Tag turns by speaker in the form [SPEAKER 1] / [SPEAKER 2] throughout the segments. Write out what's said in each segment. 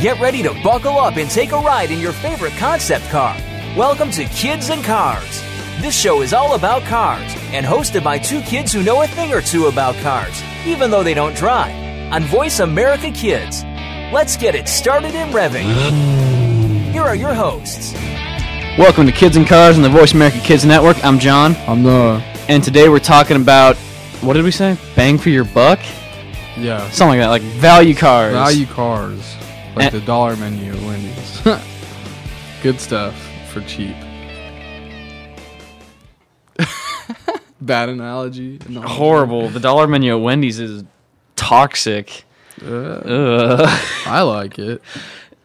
[SPEAKER 1] Get ready to buckle up and take a ride in your favorite concept car. Welcome to Kids and Cars. This show is all about cars and hosted by two kids who know a thing or two about cars, even though they don't drive, on Voice America Kids. Let's get it started in revving. Here are your hosts.
[SPEAKER 2] Welcome to Kids and Cars on the Voice America Kids Network. I'm John,
[SPEAKER 3] I'm Noah.
[SPEAKER 2] and today we're talking about what did we say? Bang for your buck?
[SPEAKER 3] Yeah.
[SPEAKER 2] Something like that, like value cars.
[SPEAKER 3] Value cars. Like
[SPEAKER 2] Eh.
[SPEAKER 3] the dollar menu at Wendy's. Good stuff for cheap. Bad analogy. No.
[SPEAKER 2] Horrible. The dollar menu at Wendy's is toxic.
[SPEAKER 3] Uh,
[SPEAKER 2] Ugh.
[SPEAKER 3] I like it.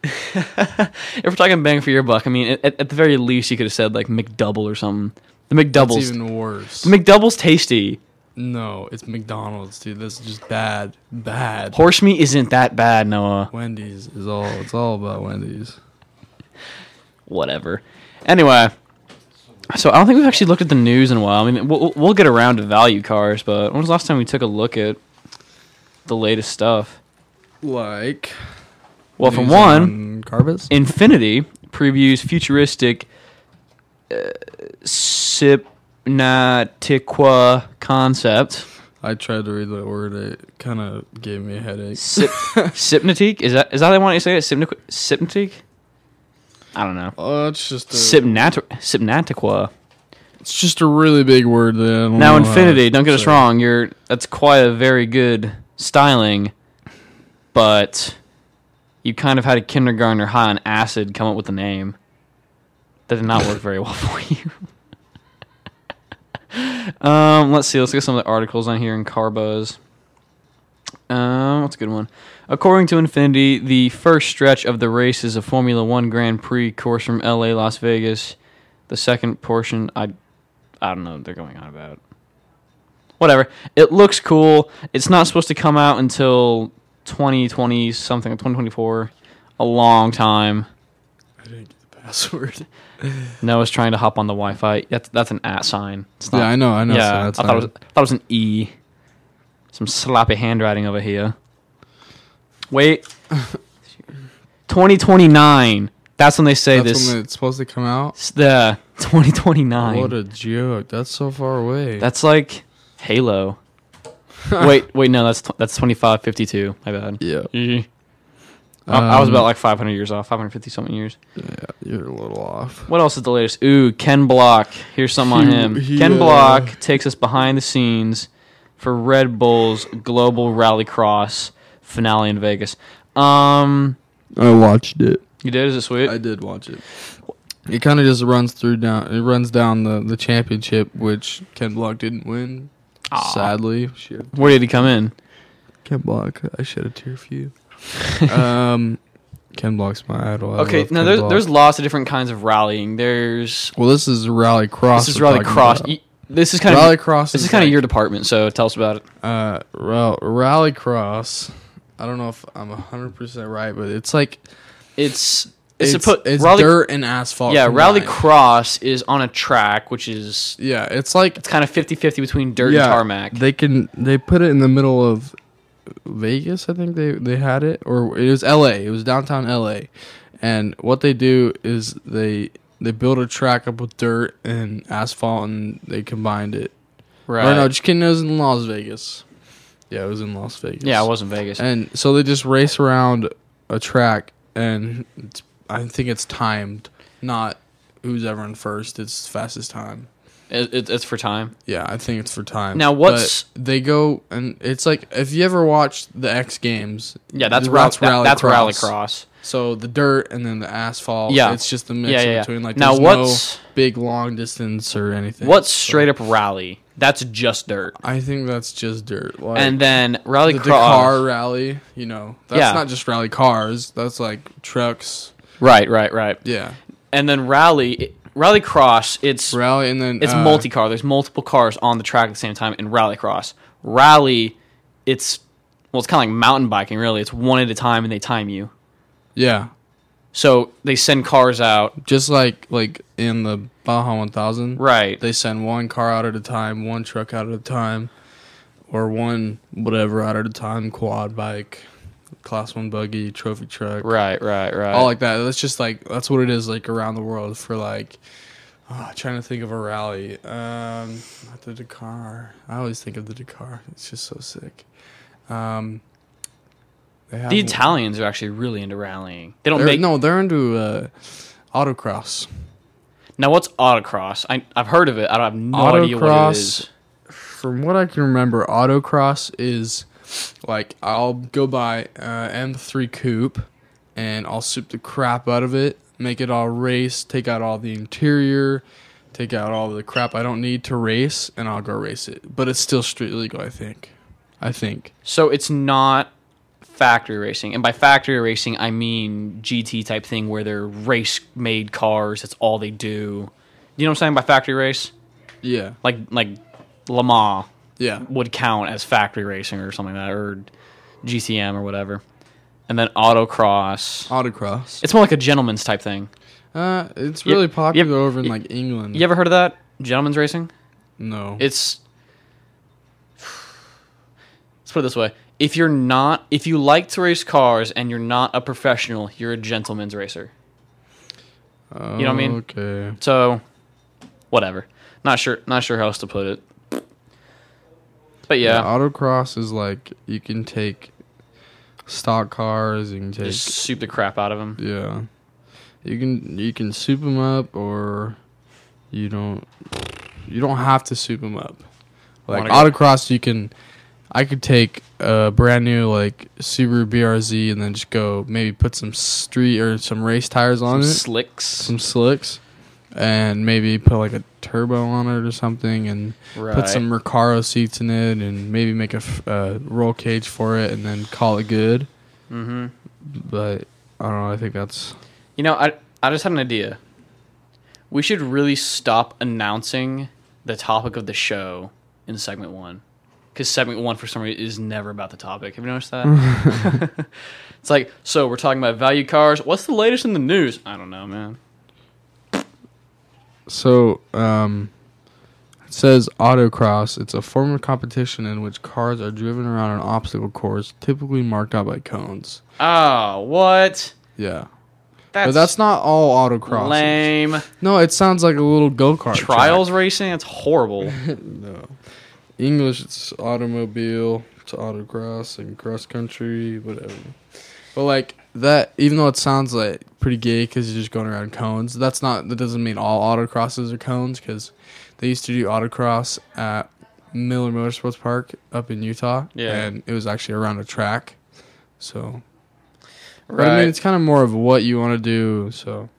[SPEAKER 2] if we're talking bang for your buck, I mean, at, at the very least, you could have said like McDouble or something. The McDouble's
[SPEAKER 3] It's even worse.
[SPEAKER 2] the McDouble's tasty.
[SPEAKER 3] no, it's McDonald's, dude. That's just bad. Bad.
[SPEAKER 2] Horse meat isn't that bad, Noah.
[SPEAKER 3] Wendy's is all. It's all about Wendy's.
[SPEAKER 2] Whatever. Anyway, so I don't think we've actually looked at the news in a while. I mean, we'll, we'll- we'll get around to value cars, but when was the last time we took a look at the latest stuff?
[SPEAKER 3] Like.
[SPEAKER 2] Well, for
[SPEAKER 3] news
[SPEAKER 2] one,
[SPEAKER 3] on Carbis.
[SPEAKER 2] Infinity previews futuristic uh, Sipnatiqua concept.
[SPEAKER 3] I tried to read that word. It kind of gave me a headache.
[SPEAKER 2] Sip, Sipnatique? Is that is that how they want you to say it? Sipniqu- Sipnatique? I don't know.
[SPEAKER 3] Oh, it's just a.
[SPEAKER 2] Sipnat- Sipnatiqua.
[SPEAKER 3] It's just a really big word. That I don't
[SPEAKER 2] Now,
[SPEAKER 3] know how
[SPEAKER 2] Infinity,
[SPEAKER 3] to
[SPEAKER 2] don't get us
[SPEAKER 3] say.
[SPEAKER 2] wrong. You're that's quite a very good styling, but you kind of had a kindergartner high on acid come up with the name. That did not work very well for you. um, let's see. Let's get some of the articles on here in Carbuzz. Um, what's a good one? According to Infinity, the first stretch of the race is a Formula One Grand Prix course from L.A. Las Vegas. The second portion, I I don't know what they're going on about. Whatever. It looks cool. It's not supposed to come out until 2020 something, 2024. A long time.
[SPEAKER 3] I didn't get the password.
[SPEAKER 2] Noah's trying to hop on the Wi-Fi. That's that's an at sign. It's
[SPEAKER 3] Yeah, I know. I know.
[SPEAKER 2] yeah, I
[SPEAKER 3] so that's
[SPEAKER 2] thought it was, I thought it was an E. Some sloppy handwriting over here. Wait. 2029. That's when they say
[SPEAKER 3] that's
[SPEAKER 2] this.
[SPEAKER 3] when it's supposed to come out.
[SPEAKER 2] S- the 2029.
[SPEAKER 3] What a joke! That's so far away.
[SPEAKER 2] That's like Halo. wait, wait, no, that's tw- that's twenty five fifty two. My bad.
[SPEAKER 3] yeah.
[SPEAKER 2] I, Mm-hmm. I was
[SPEAKER 3] Um,
[SPEAKER 2] about like five hundred years off, five hundred fifty something years.
[SPEAKER 3] yeah, you're a little off.
[SPEAKER 2] What else is the latest? Ooh, Ken Block. Here's something on
[SPEAKER 3] He-
[SPEAKER 2] him.
[SPEAKER 3] he,
[SPEAKER 2] Ken
[SPEAKER 3] uh,
[SPEAKER 2] Block takes us behind the scenes for Red Bull's Global Rallycross finale in Vegas. Um,
[SPEAKER 3] I watched it.
[SPEAKER 2] you did? Is it sweet?
[SPEAKER 3] I did watch it. It kind of just runs through down. It runs down the the championship, which Ken Block didn't win.
[SPEAKER 2] Aw.
[SPEAKER 3] Sadly, Shit.
[SPEAKER 2] Where did he come in?
[SPEAKER 3] Ken Block. I shed a tear for you. um, Ken Block's my idol. I
[SPEAKER 2] Okay,
[SPEAKER 3] love
[SPEAKER 2] now
[SPEAKER 3] Ken
[SPEAKER 2] there's
[SPEAKER 3] Block.
[SPEAKER 2] there's lots of different kinds of rallying. There's
[SPEAKER 3] Well, this is rally cross.
[SPEAKER 2] this is
[SPEAKER 3] we're
[SPEAKER 2] rally
[SPEAKER 3] talking
[SPEAKER 2] cross.
[SPEAKER 3] about.
[SPEAKER 2] Y- This is kind
[SPEAKER 3] Rally
[SPEAKER 2] of
[SPEAKER 3] cross
[SPEAKER 2] This
[SPEAKER 3] is
[SPEAKER 2] is kind of
[SPEAKER 3] like-
[SPEAKER 2] your department, so tell us about it.
[SPEAKER 3] Uh, well, rallycross. I don't know if I'm hundred percent right, but it's like
[SPEAKER 2] It's
[SPEAKER 3] it's
[SPEAKER 2] it's,
[SPEAKER 3] it's,
[SPEAKER 2] a put rally,
[SPEAKER 3] dirt and asphalt.
[SPEAKER 2] yeah rally
[SPEAKER 3] combined.
[SPEAKER 2] cross is on a track which is
[SPEAKER 3] Yeah, it's like
[SPEAKER 2] it's kind of 50-50 between dirt
[SPEAKER 3] yeah,
[SPEAKER 2] and tarmac
[SPEAKER 3] They can they put it in the middle of Vegas. I think they they had it, or it was L.A. It was downtown L.A. And what they do is they they build a track up with dirt and asphalt, and they combined it.
[SPEAKER 2] right
[SPEAKER 3] Or no, just kidding. It was in Las Vegas. Yeah, it was in Las Vegas.
[SPEAKER 2] yeah it was in vegas
[SPEAKER 3] And so they just race around a track, and it's, I think it's timed, not who's ever in first. It's fastest time.
[SPEAKER 2] it, it, it's for time
[SPEAKER 3] Yeah, I think it's for time.
[SPEAKER 2] Now, what's-
[SPEAKER 3] But they go and it's like if you ever watched the X Games.
[SPEAKER 2] yeah that's
[SPEAKER 3] the-
[SPEAKER 2] rally, that, that's rally
[SPEAKER 3] rallycross.
[SPEAKER 2] cross
[SPEAKER 3] So the dirt and then the asphalt.
[SPEAKER 2] Yeah.
[SPEAKER 3] it's just the mix
[SPEAKER 2] Yeah, yeah, yeah.
[SPEAKER 3] between like
[SPEAKER 2] Now,
[SPEAKER 3] there's
[SPEAKER 2] what's-
[SPEAKER 3] no big long distance or anything.
[SPEAKER 2] what's
[SPEAKER 3] So,
[SPEAKER 2] straight up rally that's just dirt
[SPEAKER 3] I think that's just dirt. Like,
[SPEAKER 2] and then rally
[SPEAKER 3] the
[SPEAKER 2] cross
[SPEAKER 3] Dakar rally, you know, that's
[SPEAKER 2] Yeah.
[SPEAKER 3] not just rally cars. That's like trucks.
[SPEAKER 2] right right right
[SPEAKER 3] Yeah,
[SPEAKER 2] and then rally it- rally cross it's
[SPEAKER 3] rally and then
[SPEAKER 2] It's
[SPEAKER 3] uh,
[SPEAKER 2] multi car. There's multiple cars on the track at the same time in rallycross. Rally, it's well, it's kind of like mountain biking. Really, it's one at a time, and they time you.
[SPEAKER 3] Yeah,
[SPEAKER 2] So they send cars out.
[SPEAKER 3] just like like in the Baja 1000,
[SPEAKER 2] Right.
[SPEAKER 3] They send one car out at a time, one truck out at a time, or one whatever out at a time, quad bike, class one buggy, trophy truck,
[SPEAKER 2] Right, right, right.
[SPEAKER 3] all like that. That's just like that's what it is like around the world for like. ah, trying to think of a rally. Um, not the Dakar. I always think of the Dakar. It's just so sick. Um, they have
[SPEAKER 2] the Italians are actually really into rallying. They don't
[SPEAKER 3] they're-
[SPEAKER 2] make
[SPEAKER 3] no. They're into uh, autocross.
[SPEAKER 2] now. What's autocross? I, I've heard of it. I don't I have no idea what it
[SPEAKER 3] autocross
[SPEAKER 2] is.
[SPEAKER 3] from what i can remember autocross is like i'll go buy uh, m3 coupe and i'll soup the crap out of it make it all race take out all the interior take out all the crap i don't need to race and i'll go race it but it's still street legal i think i think
[SPEAKER 2] So it's not factory racing, and by factory racing, I mean GT type thing where they're race made cars. That's all they do. You know what I'm saying by factory race?
[SPEAKER 3] yeah
[SPEAKER 2] Like like Le Mans
[SPEAKER 3] yeah
[SPEAKER 2] would count as factory racing or something like that, or GCM or whatever. And then autocross.
[SPEAKER 3] Uh, autocross
[SPEAKER 2] It's more like a gentleman's type thing.
[SPEAKER 3] uh, it's
[SPEAKER 2] Yep,
[SPEAKER 3] really
[SPEAKER 2] yep,
[SPEAKER 3] popular over in
[SPEAKER 2] y-
[SPEAKER 3] like england
[SPEAKER 2] You ever heard of that? Gentleman's racing?
[SPEAKER 3] no
[SPEAKER 2] It's Let's put it this way. If you're not if you like to race cars and you're not a professional, you're a gentleman's racer. know what I mean?
[SPEAKER 3] okay
[SPEAKER 2] So whatever. Not sure not sure how else to put it. But yeah,
[SPEAKER 3] autocross is like you can take stock cars, you can take
[SPEAKER 2] just soup the crap out of them.
[SPEAKER 3] yeah, you can you can soup them up, or you don't you don't have to soup them up. Like
[SPEAKER 2] Wanna
[SPEAKER 3] autocross, you can I could take a brand new like Subaru BRZ and then just go maybe put some street or some race tires on it,
[SPEAKER 2] Slicks.
[SPEAKER 3] some slicks. And maybe put like a turbo on it or something, and
[SPEAKER 2] Right.
[SPEAKER 3] put some Recaro seats in it and maybe make a f- uh, roll cage for it and then call it good.
[SPEAKER 2] mm-hmm.
[SPEAKER 3] But I don't know. I think that's
[SPEAKER 2] You know, I I just had an idea. We should really stop announcing the topic of the show in segment one, because segment one for some reason is never about the topic. Have you noticed that? it's like so we're talking about value cars. What's the latest in the news? I don't know, man.
[SPEAKER 3] so. Um, it says autocross. It's a form of competition in which cars are driven around an obstacle course, typically marked out by cones.
[SPEAKER 2] Oh, what?
[SPEAKER 3] Yeah,
[SPEAKER 2] That's,
[SPEAKER 3] but that's not all autocross.
[SPEAKER 2] lame.
[SPEAKER 3] No, it sounds like a little go kart
[SPEAKER 2] Trials racing. That's horrible.
[SPEAKER 3] No, English. It's automobile. It's autocross and cross country, whatever. But like that, even though it sounds like pretty gay because you're just going around cones, that's not. That doesn't mean all autocrosses are cones because they used to do autocross at Miller Motorsports Park up in Utah.
[SPEAKER 2] Yeah.
[SPEAKER 3] and it was actually around a track. So, but I
[SPEAKER 2] right.
[SPEAKER 3] mean, it's kind of more of what you want to do. So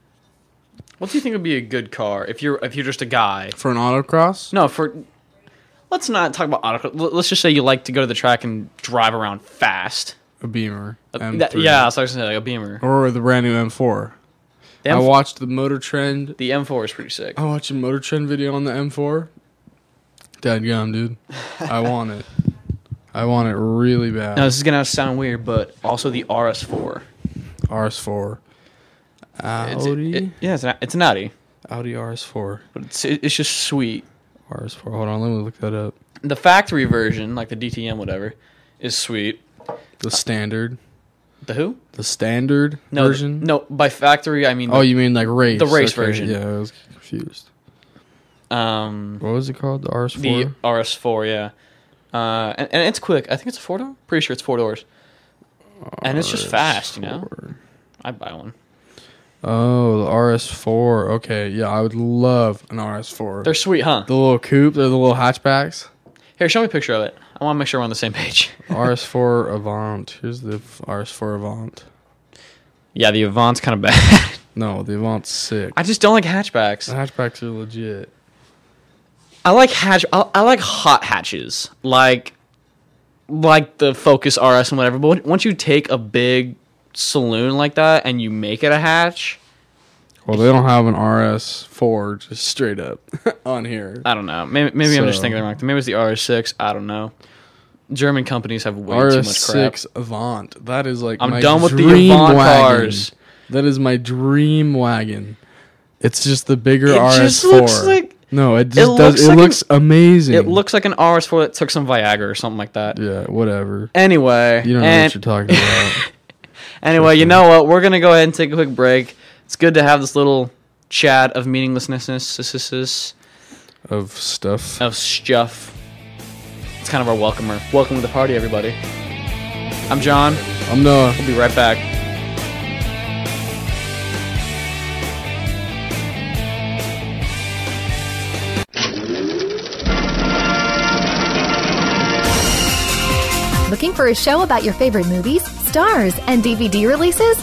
[SPEAKER 2] what do you think would be a good car if you're if you're just a guy?
[SPEAKER 3] for an autocross,
[SPEAKER 2] No, for let's not talk about auto. l- Let's just say you like to go to the track and drive around fast.
[SPEAKER 3] a Beamer, M3,
[SPEAKER 2] Uh, That- yeah, so I was gonna say like a Beamer.
[SPEAKER 3] or the brand new M4.
[SPEAKER 2] The,
[SPEAKER 3] Oh, I Oh.
[SPEAKER 2] M-
[SPEAKER 3] watched the Motor Trend
[SPEAKER 2] the M4 is pretty sick.
[SPEAKER 3] I watched a Motor Trend video on the M4. Dadgum, dude. I want it. I want it really bad.
[SPEAKER 2] Now this is gonna sound weird, but also the RS4.
[SPEAKER 3] RS4.
[SPEAKER 2] It's,
[SPEAKER 3] Audi?
[SPEAKER 2] it- it- yeah, it's an, it's an Audi,
[SPEAKER 3] Audi RS4.
[SPEAKER 2] but it's it- it's just sweet.
[SPEAKER 3] RS4. Hold on, let me look that up.
[SPEAKER 2] The factory version, like the DTM, whatever, is sweet. Uh,
[SPEAKER 3] The standard.
[SPEAKER 2] The who?
[SPEAKER 3] The standard
[SPEAKER 2] No, the-
[SPEAKER 3] version?
[SPEAKER 2] no. By factory, I mean
[SPEAKER 3] Oh, you mean like race?
[SPEAKER 2] The race version.
[SPEAKER 3] Yeah, I was confused.
[SPEAKER 2] um
[SPEAKER 3] What was it called? The RS4?
[SPEAKER 2] the RS4, yeah. Uh, and, and it's quick. I think it's a four door. Pretty sure it's four doors. And it's just fast, you know.
[SPEAKER 3] RS4.
[SPEAKER 2] I'd buy one.
[SPEAKER 3] Oh, the RS4. Okay, yeah, I would love an RS4.
[SPEAKER 2] They're sweet, huh?
[SPEAKER 3] the little coupe, they're the little hatchbacks.
[SPEAKER 2] Here, show me a picture of it. I want to make sure we're on the same page.
[SPEAKER 3] RS4 Avant. Here's the f- RS4 Avant.
[SPEAKER 2] Yeah, the Avant's kind of bad.
[SPEAKER 3] No, the Avant's sick.
[SPEAKER 2] I just don't like
[SPEAKER 3] The
[SPEAKER 2] hatchbacks.
[SPEAKER 3] hatchbacks are legit.
[SPEAKER 2] I like hatch. I, I like hot hatches, like like the Focus RS and whatever. But on- once you take a big saloon like that and you make it a hatch,
[SPEAKER 3] Well, they don't have an RS4 just straight up on here.
[SPEAKER 2] I don't know. Maybe maybe I'm just
[SPEAKER 3] So-
[SPEAKER 2] thinking the wrong thing. Maybe it's the RS6. I don't know. German companies have way too much crap.
[SPEAKER 3] RS6 Avant. That is like
[SPEAKER 2] I'm
[SPEAKER 3] my
[SPEAKER 2] done with the
[SPEAKER 3] dream
[SPEAKER 2] Avant
[SPEAKER 3] wagon.
[SPEAKER 2] cars.
[SPEAKER 3] That is my dream wagon. It's just the bigger
[SPEAKER 2] It
[SPEAKER 3] RS4.
[SPEAKER 2] just looks like-
[SPEAKER 3] no, it just
[SPEAKER 2] looks
[SPEAKER 3] does. it
[SPEAKER 2] like an-
[SPEAKER 3] looks amazing.
[SPEAKER 2] It looks like an RS4 that took some Viagra or something like that.
[SPEAKER 3] Yeah, whatever.
[SPEAKER 2] Anyway,
[SPEAKER 3] You don't know
[SPEAKER 2] and
[SPEAKER 3] what you're talking about.
[SPEAKER 2] Anyway, you know what? We're gonna go ahead and take a quick break. It's good to have this little chat of meaninglessness
[SPEAKER 3] of stuff.
[SPEAKER 2] of stuff. It's kind of our welcomer. Welcome to the party, everybody. I'm John.
[SPEAKER 3] I'm Noah.
[SPEAKER 2] We'll be right back.
[SPEAKER 4] Looking for a show about your favorite movies, stars, and DVD releases?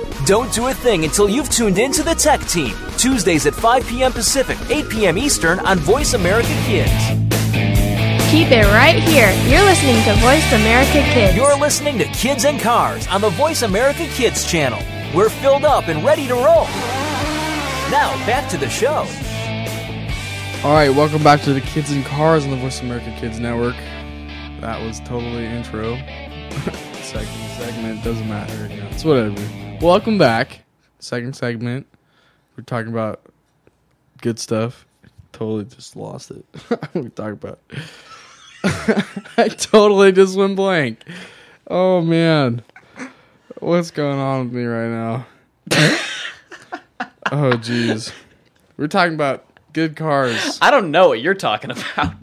[SPEAKER 1] Don't do a thing until you've tuned in to the Tech Team, Tuesdays at 5 p.m. Pacific, 8 p.m. Eastern on Voice America Kids.
[SPEAKER 5] Keep it right here. You're listening to Voice America Kids.
[SPEAKER 1] You're listening to Kids and Cars on the Voice America Kids channel. We're filled up and ready to roll. Now, back to the show.
[SPEAKER 3] All right, welcome back to the Kids and Cars on the Voice America Kids Network. That was totally intro. Second segment doesn't matter. You know, it's whatever. Welcome back. Second segment. We're talking about good stuff. Totally just lost it. we talk about. I totally just went blank. Oh man, what's going on with me right now? oh jeez, we're talking about good cars.
[SPEAKER 2] I don't know what you're talking about.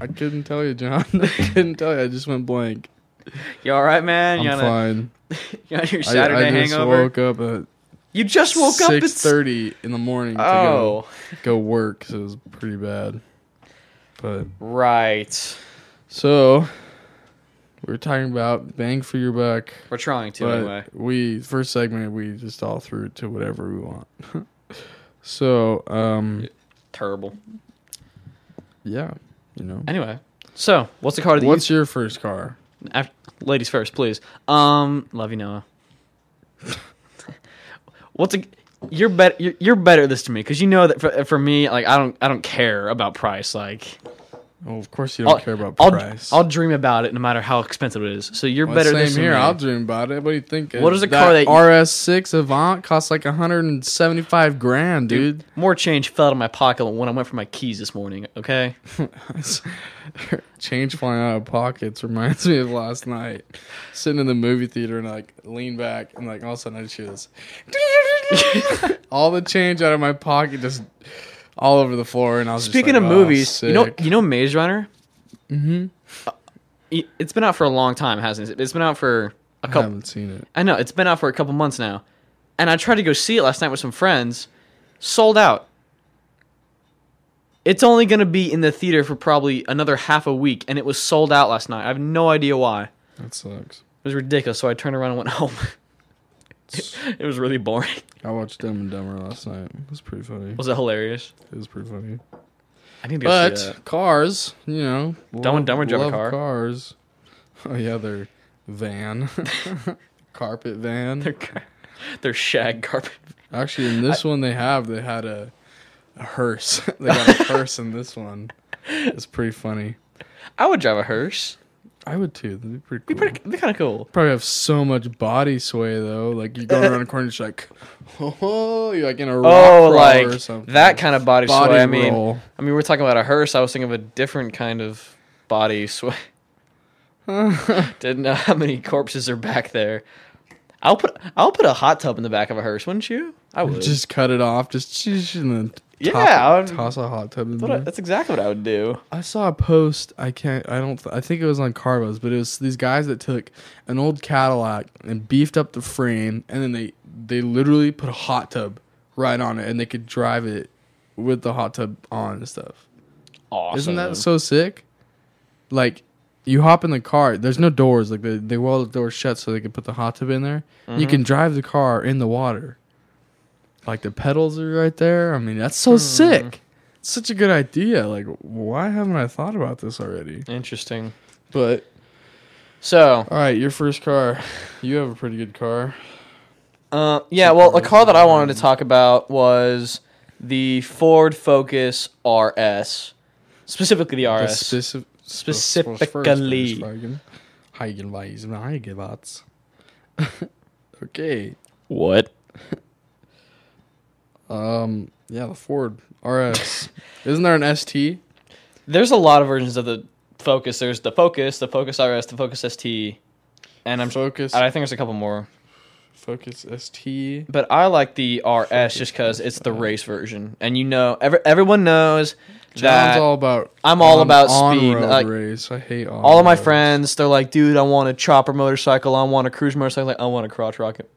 [SPEAKER 3] I couldn't tell you, John. I couldn't tell you. I just went blank.
[SPEAKER 2] You all right, man?
[SPEAKER 3] I'm
[SPEAKER 2] You on, a-
[SPEAKER 3] fine.
[SPEAKER 2] you on your
[SPEAKER 3] I-
[SPEAKER 2] Saturday
[SPEAKER 3] I, just
[SPEAKER 2] hangover?
[SPEAKER 3] woke up at
[SPEAKER 2] you just woke up.
[SPEAKER 3] six
[SPEAKER 2] It's
[SPEAKER 3] thirty in the morning to
[SPEAKER 2] oh,
[SPEAKER 3] go, go work. So it was pretty bad. But
[SPEAKER 2] right.
[SPEAKER 3] so we were talking about bang for your buck.
[SPEAKER 2] We're trying to
[SPEAKER 3] but
[SPEAKER 2] anyway.
[SPEAKER 3] we first segment we just all threw it to whatever we want. so um
[SPEAKER 2] Terrible.
[SPEAKER 3] yeah, you know.
[SPEAKER 2] Anyway, so what's the car that you
[SPEAKER 3] What's your first car?
[SPEAKER 2] Af ladies first, please. Um, love you, Noah. What's a you're better you're, you're better at this to me because you know that for, for me like I don't I don't care about price like
[SPEAKER 3] Oh, of course you don't
[SPEAKER 2] I'll-
[SPEAKER 3] care about
[SPEAKER 2] I'll,
[SPEAKER 3] price.
[SPEAKER 2] I'll dream about it no matter how expensive it is so you're
[SPEAKER 3] Well,
[SPEAKER 2] better at
[SPEAKER 3] same
[SPEAKER 2] this
[SPEAKER 3] here.
[SPEAKER 2] than me.
[SPEAKER 3] I'll dream about it. What do you think?
[SPEAKER 2] What is a car that you-
[SPEAKER 3] RS6 Avant costs like 175 grand, dude?
[SPEAKER 2] more change fell out of my pocket when I went for my keys this morning okay
[SPEAKER 3] Change flying out of pockets reminds me of last night sitting in the movie theater and like lean back and like all of a sudden I just hear this. all the change out of my pocket just all over the floor and I was just
[SPEAKER 2] speaking
[SPEAKER 3] like,
[SPEAKER 2] of
[SPEAKER 3] "Oh,
[SPEAKER 2] movies you know
[SPEAKER 3] sick."
[SPEAKER 2] you know Maze Runner mm-hmm it's been out for a long time hasn't it it's been out for a
[SPEAKER 3] I
[SPEAKER 2] couple
[SPEAKER 3] haven't seen it.
[SPEAKER 2] I know it's been out for a couple months now, and I tried to go see it last night with some friends. Sold out. It's only going to be in the theater for probably another half a week, and it was sold out last night. I have no idea why. It
[SPEAKER 3] That sucks.
[SPEAKER 2] was ridiculous. So I turned around and went home. it, was really boring.
[SPEAKER 3] I watched Dumb and Dumber last night. It was pretty funny.
[SPEAKER 2] Was it hilarious?
[SPEAKER 3] It was pretty funny.
[SPEAKER 2] I need to go see
[SPEAKER 3] But
[SPEAKER 2] that.
[SPEAKER 3] cars, you know,
[SPEAKER 2] Dumb and Dumber drove a
[SPEAKER 3] love
[SPEAKER 2] car.
[SPEAKER 3] Cars. Oh yeah, their van, carpet van.
[SPEAKER 2] Their, car- their shag carpet.
[SPEAKER 3] Actually, in this one they have they had a, a hearse. they got a hearse in this one. It's pretty funny.
[SPEAKER 2] I would drive a hearse.
[SPEAKER 3] I would too. That'd be pretty
[SPEAKER 2] Be
[SPEAKER 3] cool.
[SPEAKER 2] pretty, be kind of cool.
[SPEAKER 3] Probably have so much body sway though. Like you're going around a corner, you're just like, oh, you're like in a rock
[SPEAKER 2] Oh,
[SPEAKER 3] crawler
[SPEAKER 2] like
[SPEAKER 3] or something.
[SPEAKER 2] that kind of body,
[SPEAKER 3] body
[SPEAKER 2] sway. I mean,
[SPEAKER 3] roll.
[SPEAKER 2] I mean, we're talking about a hearse. I was thinking of a different kind of body sway. Didn't know how many corpses are back there. I'll put I'll put a hot tub in the back of a hearse, wouldn't you? I would.
[SPEAKER 3] Just cut it off. Just and then
[SPEAKER 6] Yeah,
[SPEAKER 3] top-
[SPEAKER 6] I would-
[SPEAKER 3] toss a hot tub in
[SPEAKER 6] That's what I-
[SPEAKER 3] there.
[SPEAKER 6] that's exactly what I would do.
[SPEAKER 3] I saw a post. I can't. I don't. Th- I think it was on Carvos, but it was these guys that took an old Cadillac and beefed up the frame, and then they they literally put a hot tub right on it, and they could drive it with the hot tub on and stuff.
[SPEAKER 6] Awesome.
[SPEAKER 3] Isn't that so sick? Like, you hop in the car. There's no doors. Like they they weld the doors shut so they can put the hot tub in there. You can drive the car in the water. Like the pedals are right there. I mean, that's so sick. Such a good idea. Like, why haven't I thought about this already?
[SPEAKER 2] Interesting.
[SPEAKER 3] But
[SPEAKER 2] So,
[SPEAKER 3] all right, your first car. You have a pretty good car.
[SPEAKER 2] uh, yeah, well, a car that I wanted to talk about was the Ford Focus RS, specifically the
[SPEAKER 3] The
[SPEAKER 2] RS.
[SPEAKER 3] speci-
[SPEAKER 2] Specifically.
[SPEAKER 3] first Volkswagen. Eigenweisen, Eigenwatz. okay.
[SPEAKER 6] What?
[SPEAKER 3] Um. Yeah, the Ford RS. Isn't there an ST?
[SPEAKER 2] There's a lot of versions of the Focus. There's the Focus, the Focus RS, the Focus ST, and I'm
[SPEAKER 3] Focus.
[SPEAKER 2] and I think there's a couple more.
[SPEAKER 3] Focus ST.
[SPEAKER 2] But I like the RS just because it's the race version, and you know, every, everyone knows that
[SPEAKER 3] John's all about.
[SPEAKER 2] I'm all about
[SPEAKER 3] on
[SPEAKER 2] speed,
[SPEAKER 3] road
[SPEAKER 2] like-
[SPEAKER 3] race. I hate on
[SPEAKER 2] all of my
[SPEAKER 3] roads.
[SPEAKER 2] friends they're like, dude, I want a chopper motorcycle, I want a cruise motorcycle, I want a crotch rocket.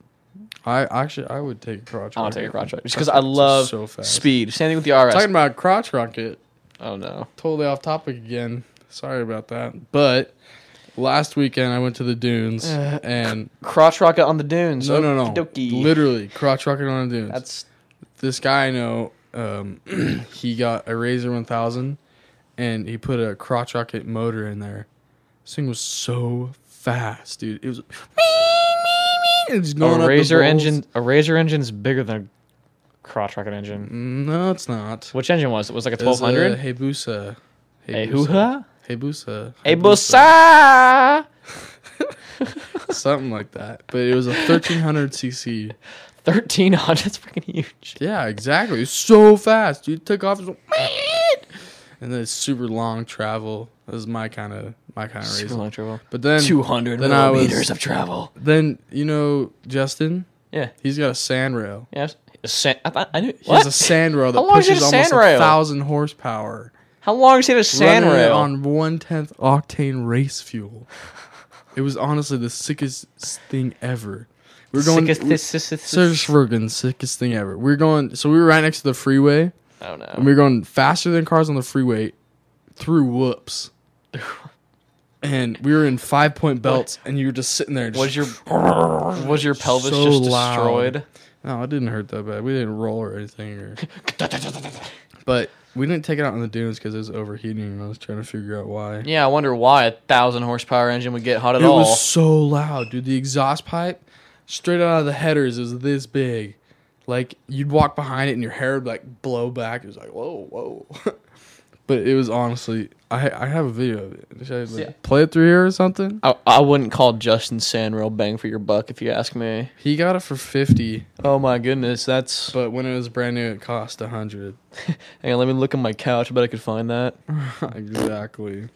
[SPEAKER 3] I actually I would take a crotch.
[SPEAKER 2] I want to
[SPEAKER 3] rocket.
[SPEAKER 2] take a crotch rocket just
[SPEAKER 3] Crotch
[SPEAKER 2] because I
[SPEAKER 3] rockets are
[SPEAKER 2] love
[SPEAKER 3] so fast.
[SPEAKER 2] speed. Same thing with the RS.
[SPEAKER 3] Talking about crotch rocket.
[SPEAKER 2] oh no,
[SPEAKER 3] Totally off topic again. Sorry about that. But last weekend I went to the dunes and
[SPEAKER 2] crotch rocket on the dunes.
[SPEAKER 3] no no no
[SPEAKER 2] Okey-dokey.
[SPEAKER 3] literally crotch rocket on the dunes.
[SPEAKER 2] That's
[SPEAKER 3] this guy I know, um, he got a Razor 1000 and he put a crotch rocket motor in there. This thing was so fast, dude. It was It's just going up
[SPEAKER 2] a
[SPEAKER 3] the
[SPEAKER 2] razor
[SPEAKER 3] bowls.
[SPEAKER 2] engine. A razor engine's bigger than a crotch rocket engine.
[SPEAKER 3] No, it's not.
[SPEAKER 2] Which engine was it? Was it like a
[SPEAKER 3] It was a
[SPEAKER 2] 1200?
[SPEAKER 3] Hayabusa.
[SPEAKER 2] A hoo-ha?
[SPEAKER 3] Hayabusa.
[SPEAKER 2] A busa!
[SPEAKER 3] Something like that. But it was a 1300 cc.
[SPEAKER 2] 1300. That's freaking huge.
[SPEAKER 3] Yeah, exactly. It's so fast. You took off, it's like, and then it's super long travel. That was my kind of my kind of
[SPEAKER 2] Super
[SPEAKER 3] razor.
[SPEAKER 2] long travel.
[SPEAKER 3] But then
[SPEAKER 2] 200
[SPEAKER 3] then I was-
[SPEAKER 2] millimeters of travel.
[SPEAKER 3] Then you know Justin,
[SPEAKER 2] Yeah.
[SPEAKER 3] he's got a sand rail.
[SPEAKER 2] Yes. A sa- I thought I knew.
[SPEAKER 3] He
[SPEAKER 2] What?
[SPEAKER 3] has a sand rail that
[SPEAKER 2] How long is it
[SPEAKER 3] pushes
[SPEAKER 2] a
[SPEAKER 3] almost
[SPEAKER 2] sand
[SPEAKER 3] a
[SPEAKER 2] rail?
[SPEAKER 3] thousand horsepower.
[SPEAKER 2] How long is he at a sand
[SPEAKER 3] running it
[SPEAKER 2] rail?
[SPEAKER 3] on one tenth octane race fuel. It was honestly the sickest thing ever. We We're going
[SPEAKER 2] Sickest- this- this- this-
[SPEAKER 3] Serge Ferguson, sickest thing ever. We We're going, so we were right next to the freeway,
[SPEAKER 2] Oh
[SPEAKER 3] and
[SPEAKER 2] no.
[SPEAKER 3] we were going faster than cars on the freeway through whoops. And we were in five point belts, and you were just sitting there. Just,
[SPEAKER 2] Was your was your pelvis
[SPEAKER 3] So
[SPEAKER 2] just
[SPEAKER 3] loud.
[SPEAKER 2] destroyed?
[SPEAKER 3] No, it didn't hurt that bad. We didn't roll or anything. Or, but we didn't take it out in the dunes because it was overheating, and I was trying to figure out why.
[SPEAKER 2] Yeah, I wonder why a thousand horsepower engine would get hot at
[SPEAKER 3] It
[SPEAKER 2] all.
[SPEAKER 3] was so loud, dude. The exhaust pipe, straight out of the headers, is this big. Like you'd walk behind it, and your hair would like blow back. It was like whoa, whoa. but it was honestly, I I have a video of it. Should I like,
[SPEAKER 2] Yeah.
[SPEAKER 3] play it through here or something?
[SPEAKER 2] I, I wouldn't call Justin Sandrail bang for your buck if you ask me.
[SPEAKER 3] He got it for fifty,
[SPEAKER 2] Oh my goodness, that's.
[SPEAKER 3] but when it was brand new, it cost a hundred.
[SPEAKER 2] Hang on, let me look on my couch. I bet I could find that.
[SPEAKER 3] Uh-huh. exactly.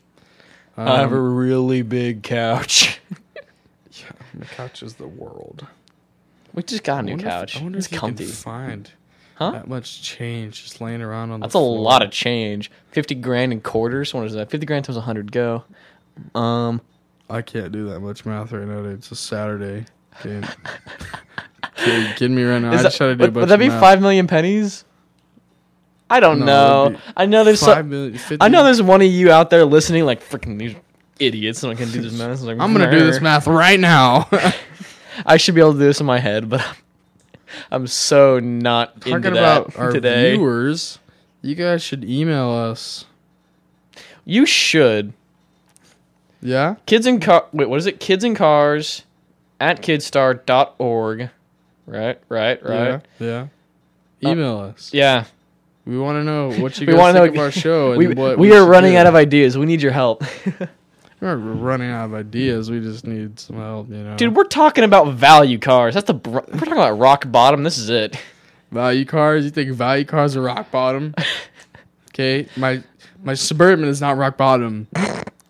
[SPEAKER 2] I have a
[SPEAKER 3] Um,
[SPEAKER 2] really big couch.
[SPEAKER 3] the couch is the world.
[SPEAKER 2] We just got a
[SPEAKER 3] I
[SPEAKER 2] new
[SPEAKER 3] wonder
[SPEAKER 2] couch.
[SPEAKER 3] If, I wonder
[SPEAKER 2] it's
[SPEAKER 3] if you
[SPEAKER 2] comfy.
[SPEAKER 3] can find
[SPEAKER 2] Huh?
[SPEAKER 3] that much change just laying around on.
[SPEAKER 2] That's
[SPEAKER 3] the
[SPEAKER 2] a
[SPEAKER 3] floor.
[SPEAKER 2] lot of change. Fifty grand in quarters. What is that? Fifty grand times hundred. Go. Um.
[SPEAKER 3] I can't do that much math right now. Dude. It's a Saturday. Can't, Kid- kidding me right now?
[SPEAKER 2] is that-
[SPEAKER 3] I just try to do a
[SPEAKER 2] would,
[SPEAKER 3] bunch
[SPEAKER 2] would that be
[SPEAKER 3] of math.
[SPEAKER 2] five million pennies? I don't
[SPEAKER 3] No,
[SPEAKER 2] know.
[SPEAKER 3] it'd be
[SPEAKER 2] I know there's.
[SPEAKER 3] Five
[SPEAKER 2] Some,
[SPEAKER 3] million- 50.
[SPEAKER 2] I know there's one of you out there listening, like freaking these idiots. I'm not gonna do this math. Like,
[SPEAKER 3] I'm gonna do this
[SPEAKER 2] "Grr."
[SPEAKER 3] math right now.
[SPEAKER 2] I should be able to do this in my head, but I'm, I'm so not into
[SPEAKER 3] Talking
[SPEAKER 2] that
[SPEAKER 3] about our
[SPEAKER 2] today.
[SPEAKER 3] viewers, you guys should email us.
[SPEAKER 2] You should.
[SPEAKER 3] Yeah,
[SPEAKER 2] Kids in car. Wait, what is it? Kids in cars at kidstar.org. Right, right, right. Uh,
[SPEAKER 3] yeah, yeah. Email us.
[SPEAKER 2] Yeah.
[SPEAKER 3] We want to know what you
[SPEAKER 2] We
[SPEAKER 3] guys
[SPEAKER 2] wanna
[SPEAKER 3] think
[SPEAKER 2] know-
[SPEAKER 3] of our show and
[SPEAKER 2] We,
[SPEAKER 3] what
[SPEAKER 2] we are running out of
[SPEAKER 3] ideas.
[SPEAKER 2] ideas. We need your help.
[SPEAKER 3] We're not running out of ideas. We just need some help, you know.
[SPEAKER 2] Dude, we're talking about value cars. That's the br- we're talking about rock bottom. This is it.
[SPEAKER 3] value cars. You think value cars are rock bottom? okay, my my Suburban is not rock bottom,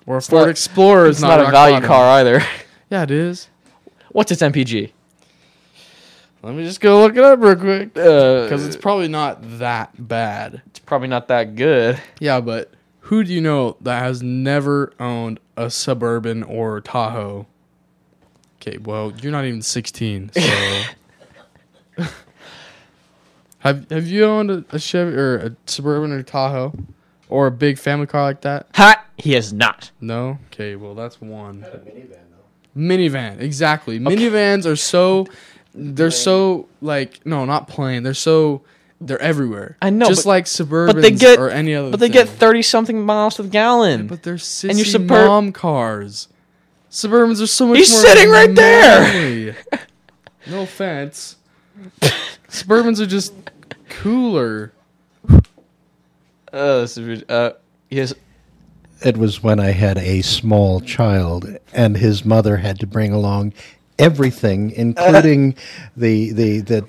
[SPEAKER 3] or a Ford
[SPEAKER 2] not-
[SPEAKER 3] Explorer is
[SPEAKER 2] It's not,
[SPEAKER 3] rock
[SPEAKER 2] a value
[SPEAKER 3] bottom.
[SPEAKER 2] car either.
[SPEAKER 3] Yeah, it is.
[SPEAKER 2] What's its MPG?
[SPEAKER 3] Let me just go look it up real quick because
[SPEAKER 2] Because
[SPEAKER 3] it's probably not that bad.
[SPEAKER 2] it's probably not that good.
[SPEAKER 3] Yeah, but who do you know that has never owned a suburban or Tahoe? Okay, well, you're not even 16, so. have Have you owned a, a Chevy or a suburban or Tahoe, or a big family car like that?
[SPEAKER 2] Ha! He has not.
[SPEAKER 3] No. Okay, well that's one. minivan, exactly. Minivans are so they're so like no, not plain. They're so they're everywhere.
[SPEAKER 2] I know,
[SPEAKER 3] just
[SPEAKER 2] but-
[SPEAKER 3] like suburban
[SPEAKER 2] But they get
[SPEAKER 3] or any other.
[SPEAKER 2] But they get
[SPEAKER 3] thing.
[SPEAKER 2] thirty something miles to the gallon.
[SPEAKER 3] But they're sissy
[SPEAKER 2] your Suburb-
[SPEAKER 3] mom cars. Suburbans are so much.
[SPEAKER 2] He's
[SPEAKER 3] more
[SPEAKER 2] sitting right there!
[SPEAKER 3] manly. no offense. Suburbans are just cooler.
[SPEAKER 2] Oh, this is rid- uh, he has
[SPEAKER 7] It was when I had a small child, and his mother had to bring along everything, including the the the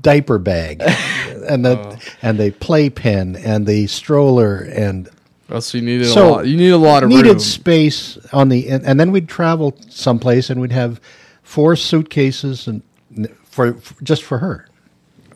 [SPEAKER 7] diaper bag, and the
[SPEAKER 3] Oh.
[SPEAKER 7] and the playpen, and the stroller, and
[SPEAKER 3] Also, Oh, you needed
[SPEAKER 7] So,
[SPEAKER 3] a lot. You need a lot of
[SPEAKER 7] needed
[SPEAKER 3] room.
[SPEAKER 7] space on the and, and then we'd travel someplace, and we'd have four suitcases and for, for just for her.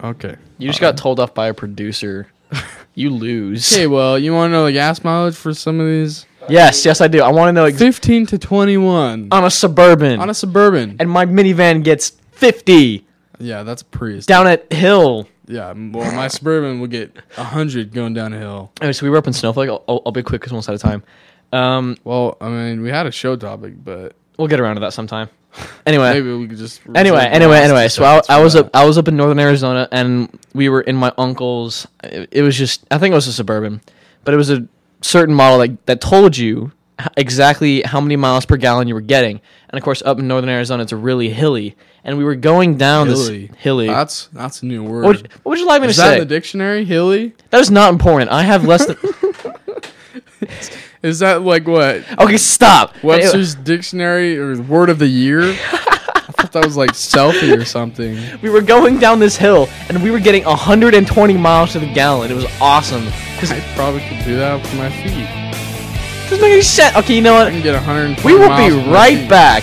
[SPEAKER 3] okay.
[SPEAKER 2] You just got told off by a producer. You lose.
[SPEAKER 3] Okay. Well, you want to know the gas mileage for some of these?
[SPEAKER 2] Yes, yes, I do. I want to know ex-
[SPEAKER 3] 15 to 21
[SPEAKER 2] on a suburban,
[SPEAKER 3] on a suburban.
[SPEAKER 2] Um, and my minivan gets fifty
[SPEAKER 3] yeah, that's Prius.
[SPEAKER 2] down at Hill.
[SPEAKER 3] yeah, m- well, my suburban will get 100 going down a hill.
[SPEAKER 2] Anyway, so we were up in Snowflake. I'll, I'll, I'll be quick because almost out of time. Um,
[SPEAKER 3] Well, I mean, we had a show topic, but
[SPEAKER 2] we'll get around to that sometime. Anyway,
[SPEAKER 3] maybe we could just
[SPEAKER 2] anyway,
[SPEAKER 3] reserve the
[SPEAKER 2] anyway,
[SPEAKER 3] last
[SPEAKER 2] anyway. So I,
[SPEAKER 3] segments
[SPEAKER 2] I
[SPEAKER 3] for
[SPEAKER 2] was
[SPEAKER 3] that.
[SPEAKER 2] up, I was up in northern Arizona, and we were in my uncle's. It, it was just, I think it was a suburban, but it was a certain model that that told you h- exactly how many miles per gallon you were getting. And of course, up in northern Arizona, it's really hilly, and we were going down
[SPEAKER 3] hilly.
[SPEAKER 2] this hilly. What
[SPEAKER 3] That's that's a new word.
[SPEAKER 2] would, what would you like me
[SPEAKER 3] Is
[SPEAKER 2] to
[SPEAKER 3] that
[SPEAKER 2] say?
[SPEAKER 3] in the dictionary? Hilly?
[SPEAKER 2] that is not important. I have less than.
[SPEAKER 3] Is that like what
[SPEAKER 2] okay, stop.
[SPEAKER 3] Webster's dictionary or word of the year? I thought that was like selfie or something.
[SPEAKER 2] We were going down this hill, and we were getting 120 miles to the gallon. It was awesome. Cause
[SPEAKER 3] I
[SPEAKER 2] it
[SPEAKER 3] probably could do that for my feet.
[SPEAKER 2] doesn't make any sense. Okay, you know
[SPEAKER 3] I can
[SPEAKER 2] what?
[SPEAKER 3] get 120.
[SPEAKER 2] We will
[SPEAKER 3] miles
[SPEAKER 2] be
[SPEAKER 3] with my
[SPEAKER 2] right
[SPEAKER 3] feet.
[SPEAKER 2] back.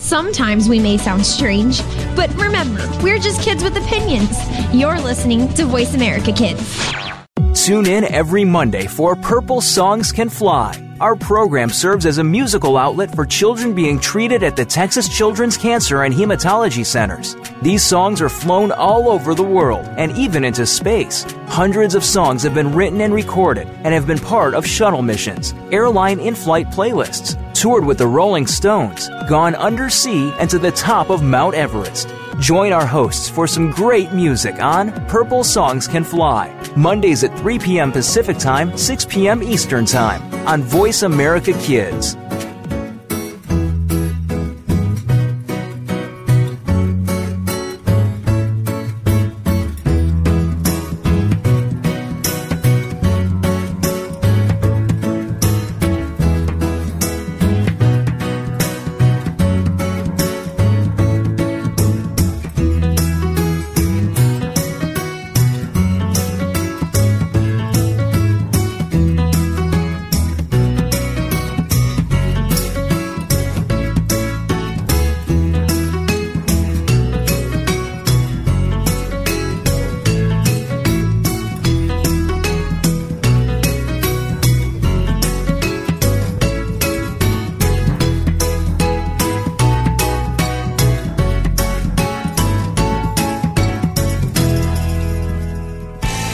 [SPEAKER 5] Sometimes we may sound strange, but remember, we're just kids with opinions. You're listening to Voice America Kids.
[SPEAKER 1] Tune in every Monday for Purple Songs Can Fly. Our program serves as a musical outlet for children being treated at the Texas Children's Cancer and Hematology Centers. These songs are flown all over the world and even into space. Hundreds of songs have been written and recorded and have been part of shuttle missions, airline in flight playlists, toured with the Rolling Stones, gone undersea, and to the top of Mount Everest. Join our hosts for some great music on Purple Songs Can Fly, Mondays at 3 p.m. Pacific Time, 6 p.m. Eastern Time on Voice America Kids.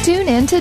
[SPEAKER 4] Tune in to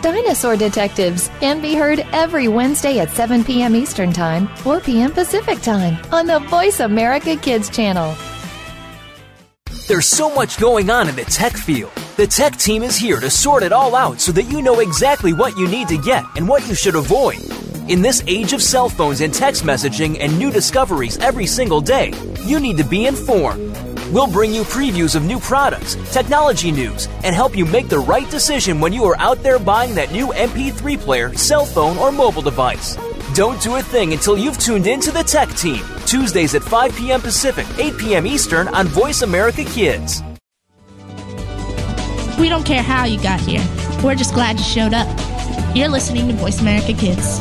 [SPEAKER 4] Dinosaur Detectives can be heard every Wednesday at 7 p.m. Eastern Time, 4 p.m. Pacific Time on the Voice America Kids channel.
[SPEAKER 1] There's so much going on in the tech field. The tech team is here to sort it all out so that you know exactly what you need to get and what you should avoid. In this age of cell phones and text messaging and new discoveries every single day, you need to be informed. We'll bring you previews of new products, technology news, and help you make the right decision when you are out there buying that new MP3 player, cell phone, or mobile device. Don't do a thing until you've tuned in to the Tech Team, Tuesdays at 5 p.m. Pacific, 8 p.m. Eastern on Voice America Kids.
[SPEAKER 8] We don't care how you got here. We're just glad you showed up. You're listening to Voice America Kids.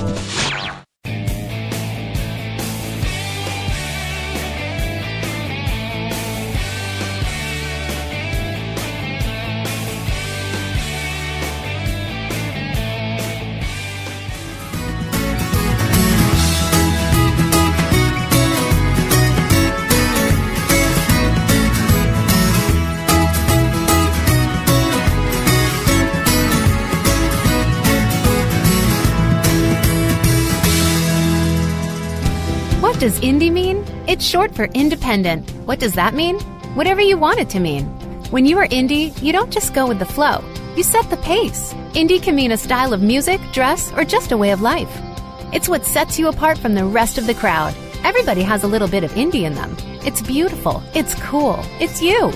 [SPEAKER 9] What does indie mean? It's short for independent. What does that mean? Whatever you want it to mean. When you are indie, you don't just go with the flow, you set the pace. Indie can mean a style of music, dress, or just a way of life. It's what sets you apart from the rest of the crowd. Everybody has a little bit of indie in them. It's beautiful, it's cool, it's you.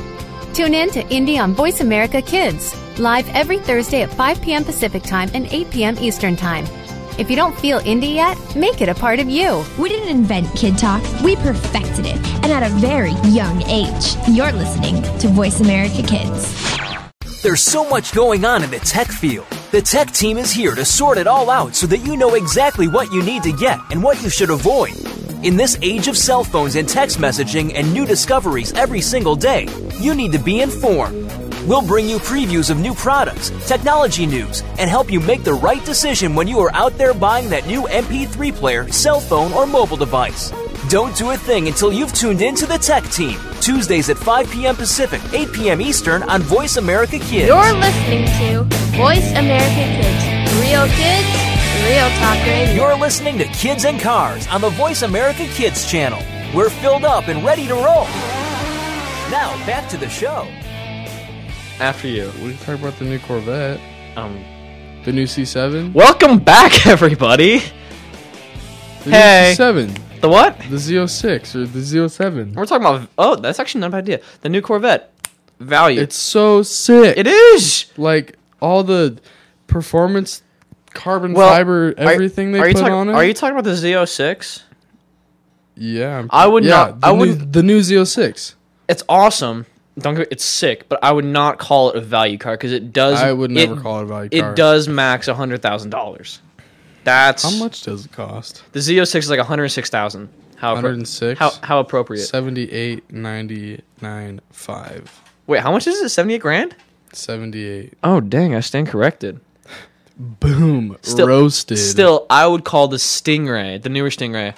[SPEAKER 9] Tune in to Indie on Voice America Kids, live every Thursday at 5 p.m. Pacific Time and 8 p.m. Eastern Time. If you don't feel indie yet, make it a part of you.
[SPEAKER 5] We didn't invent Kid Talk, we perfected it, and at a very young age. You're listening to Voice America Kids.
[SPEAKER 1] There's so much going on in the tech field. The tech team is here to sort it all out so that you know exactly what you need to get and what you should avoid. In this age of cell phones and text messaging and new discoveries every single day, you need to be informed. We'll bring you previews of new products, technology news, and help you make the right decision when you are out there buying that new MP3 player, cell phone, or mobile device. Don't do a thing until you've tuned in to the Tech Team, Tuesdays at 5 p.m. Pacific, 8 p.m. Eastern on Voice America Kids.
[SPEAKER 10] You're listening to Voice America Kids. Real kids, real talk radio.
[SPEAKER 1] You're listening to Kids and Cars on the Voice America Kids channel. We're filled up and ready to roll. Now, back to the show.
[SPEAKER 2] After you.
[SPEAKER 3] We can talk about the new Corvette,
[SPEAKER 2] Um,
[SPEAKER 3] the new C7,
[SPEAKER 2] welcome back, everybody.
[SPEAKER 3] the
[SPEAKER 2] Hey.
[SPEAKER 3] new C7,
[SPEAKER 2] The what?
[SPEAKER 3] the Z06 or the Z07.
[SPEAKER 2] We're talking about. Oh, that's actually not a bad idea. The new Corvette. Value.
[SPEAKER 3] It's so sick.
[SPEAKER 2] It is.
[SPEAKER 3] like all the performance carbon
[SPEAKER 2] Well,
[SPEAKER 3] fiber
[SPEAKER 2] are-
[SPEAKER 3] everything they
[SPEAKER 2] are you
[SPEAKER 3] put
[SPEAKER 2] talking,
[SPEAKER 3] on it.
[SPEAKER 2] Are you talking about the Z06?
[SPEAKER 3] Yeah, I'm-
[SPEAKER 2] I would
[SPEAKER 3] yeah,
[SPEAKER 2] not-
[SPEAKER 3] The
[SPEAKER 2] I
[SPEAKER 3] new,
[SPEAKER 2] wouldn't-
[SPEAKER 3] The new Z06.
[SPEAKER 2] It's awesome. Don't get, it's sick, but I would not call it a value car because it does.
[SPEAKER 3] I would never call it a value car.
[SPEAKER 2] It does max hundred thousand dollars. That's
[SPEAKER 3] How much does it cost?
[SPEAKER 2] The Z06 is like one hundred six thousand. How appro-
[SPEAKER 3] 106?
[SPEAKER 2] How how appropriate?
[SPEAKER 3] Seventy-eight, ninety-nine, five,
[SPEAKER 2] Wait, how much is it? Seventy eight grand?
[SPEAKER 3] seventy-eight.
[SPEAKER 2] Oh dang! I stand corrected.
[SPEAKER 3] Boom.
[SPEAKER 2] Still-
[SPEAKER 3] roasted.
[SPEAKER 2] Still, I would call the Stingray, the newer Stingray,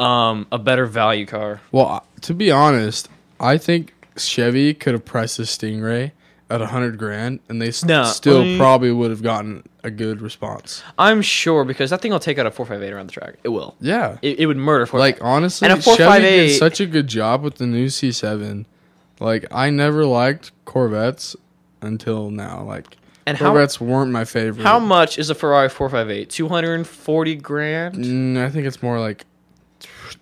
[SPEAKER 2] um, a better value car.
[SPEAKER 3] Well, to be honest, I think Chevy could have priced this Stingray at a hundred grand, and they s-
[SPEAKER 2] No.
[SPEAKER 3] still
[SPEAKER 2] Mm.
[SPEAKER 3] probably would have gotten a good response.
[SPEAKER 2] I'm sure because that thing will take out a four five eight around the track. It will.
[SPEAKER 3] Yeah.
[SPEAKER 2] It, it would murder four.
[SPEAKER 3] Like honestly,
[SPEAKER 2] And a
[SPEAKER 3] Chevy did
[SPEAKER 2] 458
[SPEAKER 3] such a good job with the new C7. Like I never liked Corvettes until now. Like
[SPEAKER 2] And how-
[SPEAKER 3] Corvettes weren't my favorite.
[SPEAKER 2] How much is a Ferrari 458? 240 grand?
[SPEAKER 3] Mm, I think it's more like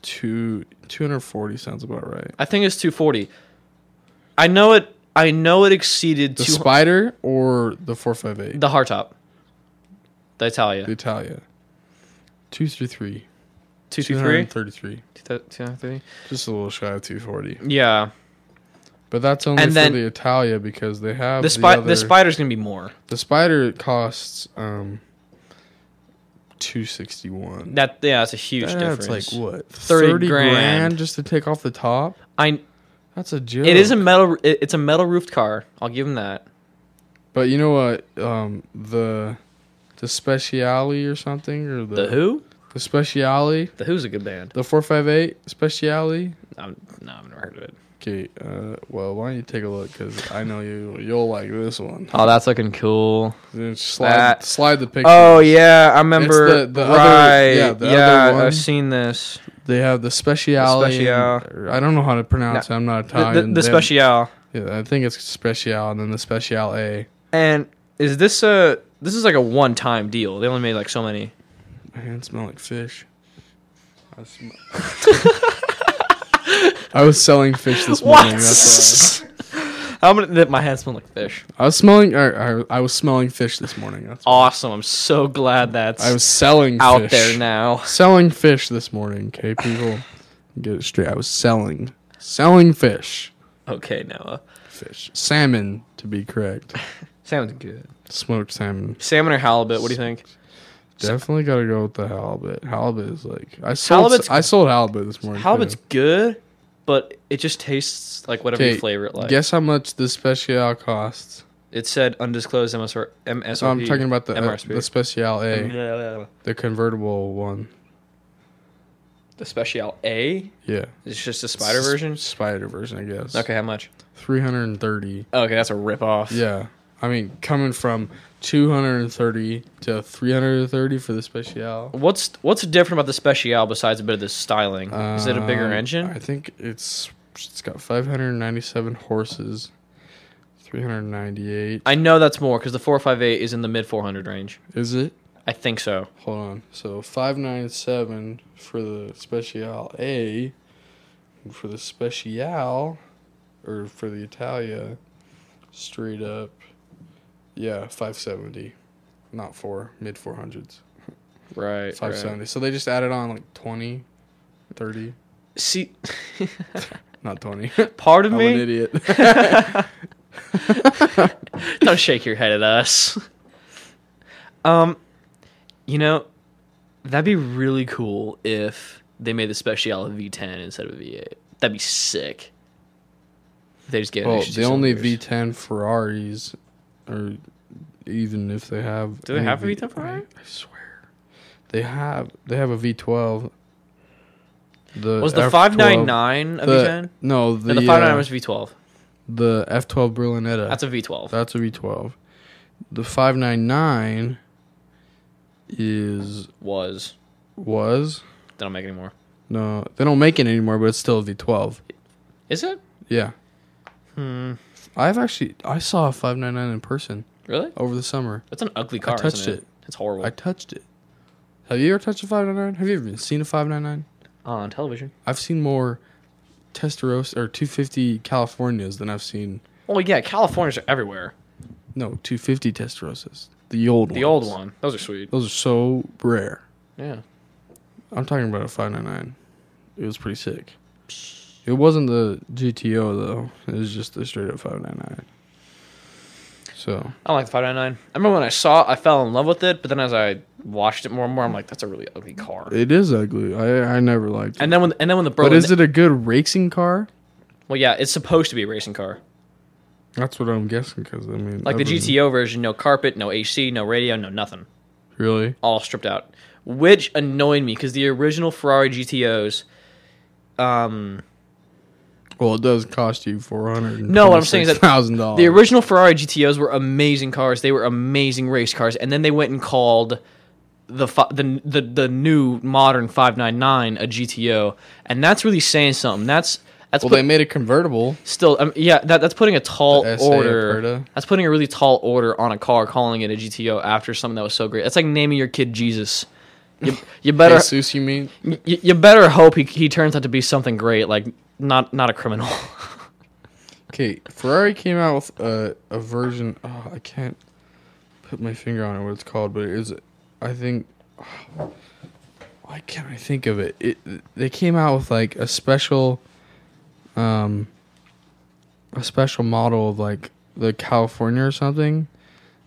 [SPEAKER 3] two two hundred forty sounds about right.
[SPEAKER 2] I think it's 240. I know it I know it exceeded
[SPEAKER 3] The
[SPEAKER 2] 200
[SPEAKER 3] Spider or the four five eight,
[SPEAKER 2] the hardtop. The
[SPEAKER 3] the
[SPEAKER 2] Italia.
[SPEAKER 3] Italia, two three three, two
[SPEAKER 2] 223?
[SPEAKER 3] hundred thirty three,
[SPEAKER 2] 230?
[SPEAKER 3] just a little shy of two forty.
[SPEAKER 2] Yeah.
[SPEAKER 3] But that's only
[SPEAKER 2] And
[SPEAKER 3] for
[SPEAKER 2] then-
[SPEAKER 3] the Italia because they have
[SPEAKER 2] The
[SPEAKER 3] the,
[SPEAKER 2] spy,
[SPEAKER 3] other-
[SPEAKER 2] the Spider's going to be more.
[SPEAKER 3] The Spider costs um two sixty one.
[SPEAKER 2] That yeah, that's a huge
[SPEAKER 3] That's
[SPEAKER 2] difference.
[SPEAKER 3] like what
[SPEAKER 2] 30
[SPEAKER 3] 30,
[SPEAKER 2] grand.
[SPEAKER 3] grand. just to take off the top.
[SPEAKER 2] I
[SPEAKER 3] That's a joke.
[SPEAKER 2] it is a metal it- it's a metal roofed car. I'll give him that.
[SPEAKER 3] But you know what? Um, the the speciale or something or the
[SPEAKER 2] The Who?
[SPEAKER 3] The speciale,
[SPEAKER 2] The Who's a good band.
[SPEAKER 3] the four five eight speciale.
[SPEAKER 2] I'm, no, I've never heard of it.
[SPEAKER 3] Okay, uh, well, why don't you take a look? Because I know you, you'll like this one.
[SPEAKER 2] Oh, that's looking cool.
[SPEAKER 3] Dude, slide- slide the picture.
[SPEAKER 2] Oh yeah, I
[SPEAKER 3] It's
[SPEAKER 2] remember.
[SPEAKER 3] the- the other-
[SPEAKER 2] right.
[SPEAKER 3] yeah,
[SPEAKER 2] yeah,
[SPEAKER 3] the other one.
[SPEAKER 2] I've seen this.
[SPEAKER 3] They have the speciality.
[SPEAKER 2] Special.
[SPEAKER 3] I don't know how to pronounce
[SPEAKER 2] No,
[SPEAKER 3] it. I'm not
[SPEAKER 2] the- the-
[SPEAKER 3] Italian.
[SPEAKER 2] the
[SPEAKER 3] They have-
[SPEAKER 2] special.
[SPEAKER 3] Yeah, I think it's special and then the special A.
[SPEAKER 2] And is this a? This is like a one-time deal. They only made like so many.
[SPEAKER 3] My hands smell like fish. I, sm- I was selling fish this morning. That's why.
[SPEAKER 2] How many? That my hands smell like fish.
[SPEAKER 3] I was smelling. Or, I, I was smelling fish this morning. That's
[SPEAKER 2] Awesome. I'm so glad that's.
[SPEAKER 3] I was selling
[SPEAKER 2] out
[SPEAKER 3] fish.
[SPEAKER 2] there now.
[SPEAKER 3] Selling fish this morning. Okay, people, get it straight. I was selling, selling fish,
[SPEAKER 2] Okay, Noah.
[SPEAKER 3] fish, salmon to be correct,
[SPEAKER 2] Salmon's good.
[SPEAKER 3] smoked salmon.
[SPEAKER 2] Salmon or halibut? What do you think?
[SPEAKER 3] Definitely gotta go with the halibut. Halibut is like I sold.
[SPEAKER 2] Halibut's-
[SPEAKER 3] I sold halibut this morning.
[SPEAKER 2] Halibut's
[SPEAKER 3] too.
[SPEAKER 2] good, but it just tastes like whatever you
[SPEAKER 3] Okay,
[SPEAKER 2] flavor it like.
[SPEAKER 3] Guess how much the special costs?
[SPEAKER 2] It said undisclosed MSR, MSRP.
[SPEAKER 3] So I'm talking about the uh,
[SPEAKER 2] MRSP.
[SPEAKER 3] the special A,
[SPEAKER 2] the,
[SPEAKER 3] the convertible one.
[SPEAKER 2] Special A.
[SPEAKER 3] Yeah,
[SPEAKER 2] It's just a spider version.
[SPEAKER 3] Spider version, I guess.
[SPEAKER 2] Okay, how much?
[SPEAKER 3] three hundred and thirty.
[SPEAKER 2] Oh, Okay, that's a ripoff.
[SPEAKER 3] Yeah. I mean, coming from 230 to 330 for the special.
[SPEAKER 2] What's what's different about the special besides a bit of the styling? Is it a bigger
[SPEAKER 3] Um,
[SPEAKER 2] engine?
[SPEAKER 3] I think it's it's got 597 horses, 398.
[SPEAKER 2] I know that's more because the 458 is in the mid 400 range.
[SPEAKER 3] Is it?
[SPEAKER 2] I think so.
[SPEAKER 3] Hold on. So 597 for the special A, and for the special, or for the Italia, straight up, yeah, 570, not four, mid 400s.
[SPEAKER 2] Right.
[SPEAKER 3] 570. So they just added on like 20, 30,
[SPEAKER 2] See,
[SPEAKER 3] not 20.
[SPEAKER 2] part of
[SPEAKER 3] I'm
[SPEAKER 2] me.
[SPEAKER 3] an idiot.
[SPEAKER 2] Don't shake your head at us. Um, you know, that'd be really cool if they made the special a V10 instead of a V8. That'd be sick. They just gave it an
[SPEAKER 3] well,
[SPEAKER 2] extra
[SPEAKER 3] the
[SPEAKER 2] two
[SPEAKER 3] only
[SPEAKER 2] cylinders.
[SPEAKER 3] V10 Ferraris, or even if they have.
[SPEAKER 2] Do they
[SPEAKER 3] any
[SPEAKER 2] have a
[SPEAKER 3] V-
[SPEAKER 2] V10 Ferrari?
[SPEAKER 3] I, I swear. They have they have a V12. The
[SPEAKER 2] Was the
[SPEAKER 3] F12
[SPEAKER 2] 599 a
[SPEAKER 3] the-
[SPEAKER 2] V10?
[SPEAKER 3] No, the,
[SPEAKER 2] No, the 599
[SPEAKER 3] uh,
[SPEAKER 2] was V12.
[SPEAKER 3] the F12 Berlinetta.
[SPEAKER 2] That's a V12.
[SPEAKER 3] That's a V12. The 599 is
[SPEAKER 2] was.
[SPEAKER 3] was
[SPEAKER 2] They don't make any more.
[SPEAKER 3] No, they don't make it anymore, but it's still a V12.
[SPEAKER 2] Is it?
[SPEAKER 3] Yeah. Hmm. I've actually I saw a 599 in person
[SPEAKER 2] Really?
[SPEAKER 3] over the summer.
[SPEAKER 2] That's an ugly car.
[SPEAKER 3] Oh. touched
[SPEAKER 2] isn't it?
[SPEAKER 3] it.
[SPEAKER 2] It's horrible.
[SPEAKER 3] I touched it. Have you ever touched a 599? Have you ever seen a 599?
[SPEAKER 2] On television.
[SPEAKER 3] I've seen more Testarossa or 250 Californias than I've seen
[SPEAKER 2] Well, yeah, Californians are everywhere.
[SPEAKER 3] no 250 Testarossas. The old
[SPEAKER 2] The
[SPEAKER 3] ones.
[SPEAKER 2] old one. Those are sweet.
[SPEAKER 3] Those are so rare.
[SPEAKER 2] Yeah.
[SPEAKER 3] I'm talking about a 599. It was pretty sick. It wasn't the GTO though. It was just the straight up 599. So
[SPEAKER 2] I don't like the 599. I remember when I saw it, I fell in love with it, but then as I watched it more and more, I'm like, that's a really ugly car.
[SPEAKER 3] It is ugly. I I never liked it.
[SPEAKER 2] And then when and then when the
[SPEAKER 3] but
[SPEAKER 2] Berlin,
[SPEAKER 3] is it a good racing car?
[SPEAKER 2] well, yeah, it's supposed to be a racing car.
[SPEAKER 3] That's what I'm guessing. Because I mean,
[SPEAKER 2] Like the
[SPEAKER 3] other than-
[SPEAKER 2] GTO version, no carpet, no AC, no radio, no nothing.
[SPEAKER 3] Really?
[SPEAKER 2] all stripped out, which annoyed me because the original Ferrari GTOs. Um,
[SPEAKER 3] Well, it does cost you four hundred.
[SPEAKER 2] no, what I'm saying is that
[SPEAKER 3] thousand dollars.
[SPEAKER 2] The original Ferrari GTOs were amazing cars. They were amazing race cars, and then they went and called the fi- the the, the new modern 599 a GTO, and that's really saying something. That's that's
[SPEAKER 3] Well,
[SPEAKER 2] put-
[SPEAKER 3] they made a convertible.
[SPEAKER 2] still um, yeah that, that's putting a tall
[SPEAKER 3] The SA
[SPEAKER 2] order
[SPEAKER 3] Aperta.
[SPEAKER 2] that's putting a really tall order on a car calling it a gto after something that was so great that's like naming your kid jesus you, you better
[SPEAKER 3] Jesus, you mean?
[SPEAKER 2] Y- you better hope he, he turns out to be something great, like not not a criminal.
[SPEAKER 3] Okay, Ferrari came out with a a version. Oh, I can't put my finger on it what it's called, but it is. I think. Why can't I think of it? It they came out with like a special, um, a special model of like the California or something,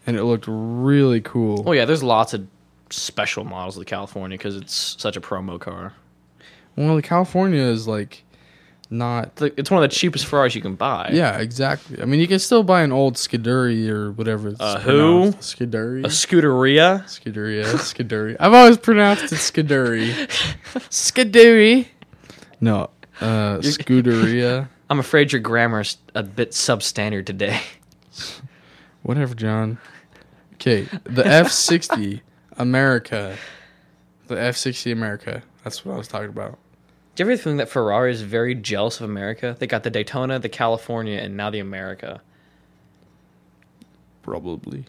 [SPEAKER 3] and it looked really cool.
[SPEAKER 2] well, yeah, there's lots of special models of the California because it's such a promo car.
[SPEAKER 3] Well, the California is like not.
[SPEAKER 2] It's like- It's one of the cheapest Ferraris you can buy.
[SPEAKER 3] Yeah, exactly. I mean, you can still buy an old Scuderi or whatever. It's
[SPEAKER 2] A Uh, who?
[SPEAKER 3] pronounced. Scuderi.
[SPEAKER 2] a Scuderia.
[SPEAKER 3] Scuderia. Scuderi. I've always pronounced it Scuderi. Scuderi. No, uh, Scuderia.
[SPEAKER 2] I'm afraid your grammar is a bit substandard today.
[SPEAKER 3] Whatever, John. Okay, the F sixty America, the F sixty America. That's what I was talking about.
[SPEAKER 2] Do you ever think that Ferrari is very jealous of America? They got the Daytona, the California, and now the America.
[SPEAKER 3] Probably.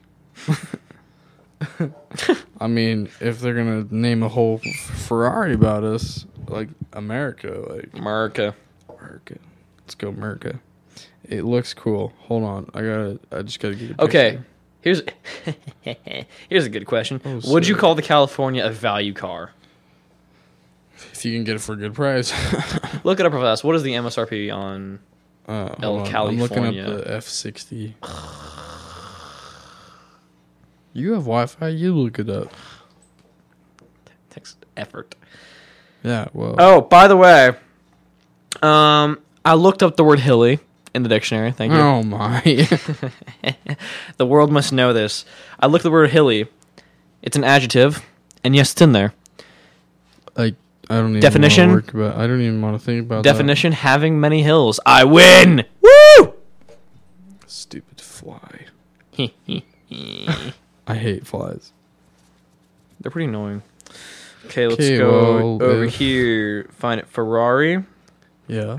[SPEAKER 3] I mean, if they're gonna name a whole F- Ferrari about us, like America, like
[SPEAKER 2] America,
[SPEAKER 3] America, let's go America. It looks cool. Hold on, I gotta. I just gotta get. A
[SPEAKER 2] Okay,
[SPEAKER 3] picture.
[SPEAKER 2] here's here's a good question.
[SPEAKER 3] Oh,
[SPEAKER 2] Would you
[SPEAKER 3] sick.
[SPEAKER 2] call the California a value car?
[SPEAKER 3] if you can get it for a good price.
[SPEAKER 2] Look it up real fast. What is the MSRP on
[SPEAKER 3] Uh, hold
[SPEAKER 2] El
[SPEAKER 3] on,
[SPEAKER 2] California?
[SPEAKER 3] I'm looking up the F sixty. You have Wi Fi. You look it up.
[SPEAKER 2] Takes effort.
[SPEAKER 3] Yeah. Well.
[SPEAKER 2] Oh, by the way, um, I looked up the word hilly in the dictionary. Thank you.
[SPEAKER 3] Oh, my.
[SPEAKER 2] the world must know this. I looked the word hilly. It's an adjective, and yes, it's in there.
[SPEAKER 3] Like I don't even
[SPEAKER 2] Definition?
[SPEAKER 3] wanna Work about, I don't even want to think about
[SPEAKER 2] Definition: having many hills. I win.
[SPEAKER 3] That. Stupid fly.
[SPEAKER 2] Woo!
[SPEAKER 3] I hate flies.
[SPEAKER 2] They're pretty annoying. Okay, let's
[SPEAKER 3] Okay,
[SPEAKER 2] go
[SPEAKER 3] well, Hmm.
[SPEAKER 2] over
[SPEAKER 3] if-
[SPEAKER 2] here. Find it. Ferrari.
[SPEAKER 3] Yeah.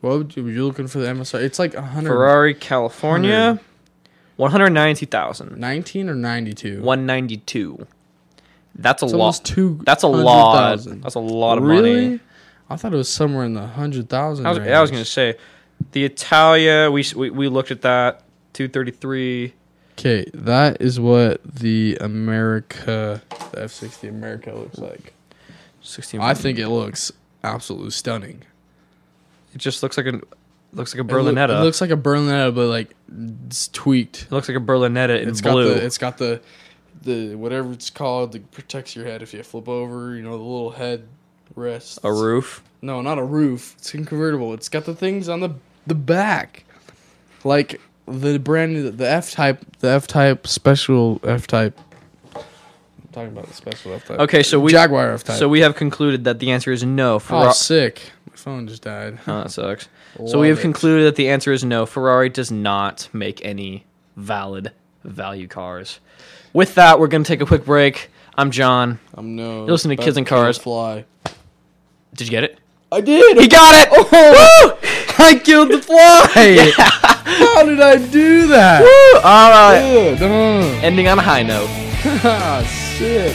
[SPEAKER 3] What would you, were you looking for the MSR? It's like a hundred.
[SPEAKER 2] Ferrari, California.
[SPEAKER 3] Hmm.
[SPEAKER 2] 192,000.
[SPEAKER 3] 19 or 92?
[SPEAKER 2] 192. That's a
[SPEAKER 3] It's
[SPEAKER 2] lot.
[SPEAKER 3] almost two.
[SPEAKER 2] That's a lot. That's a lot of
[SPEAKER 3] really?
[SPEAKER 2] money.
[SPEAKER 3] I thought it was somewhere in the hundred thousand.
[SPEAKER 2] I was, I was going to say the Italia, we, s- we we looked at that 233.
[SPEAKER 3] Okay, that is what the America, the F sixty America looks like.
[SPEAKER 2] 16.
[SPEAKER 3] I think it looks absolutely stunning.
[SPEAKER 2] it just looks like a looks like a
[SPEAKER 3] It loo-
[SPEAKER 2] Berlinetta.
[SPEAKER 3] It, looks like a Berlinetta, but like it's tweaked.
[SPEAKER 2] It looks like a Berlinetta in
[SPEAKER 3] It's got
[SPEAKER 2] blue.
[SPEAKER 3] the. It's got the. The whatever it's called that protects your head if you flip over. You know the little head rest.
[SPEAKER 2] a roof.
[SPEAKER 3] No, not a roof. It's in convertible. It's got the things on the the back, like the brand new the F type, the F type special F type. I'm talking about the special F type.
[SPEAKER 2] Okay, so we
[SPEAKER 3] Jaguar F type.
[SPEAKER 2] So we have concluded that the answer is no.
[SPEAKER 3] oh
[SPEAKER 2] Ferra-
[SPEAKER 3] sick. My phone just died.
[SPEAKER 2] Oh, that sucks. so
[SPEAKER 3] Love
[SPEAKER 2] we have
[SPEAKER 3] it.
[SPEAKER 2] concluded that the answer is no. Ferrari does not make any valid value cars. With that, we're going to take a quick break. I'm John.
[SPEAKER 3] I'm no.
[SPEAKER 2] You're listening to
[SPEAKER 3] about
[SPEAKER 2] Kids and
[SPEAKER 3] kill a
[SPEAKER 2] Cars.
[SPEAKER 3] Fly.
[SPEAKER 2] Did you get it?
[SPEAKER 3] I did.
[SPEAKER 2] He got it!
[SPEAKER 3] Oh,
[SPEAKER 2] Woo!
[SPEAKER 3] I killed the fly. How did I do that?
[SPEAKER 2] Woo! All right.
[SPEAKER 3] Good. Uh,
[SPEAKER 2] Ending on a high note.
[SPEAKER 3] ah, sick.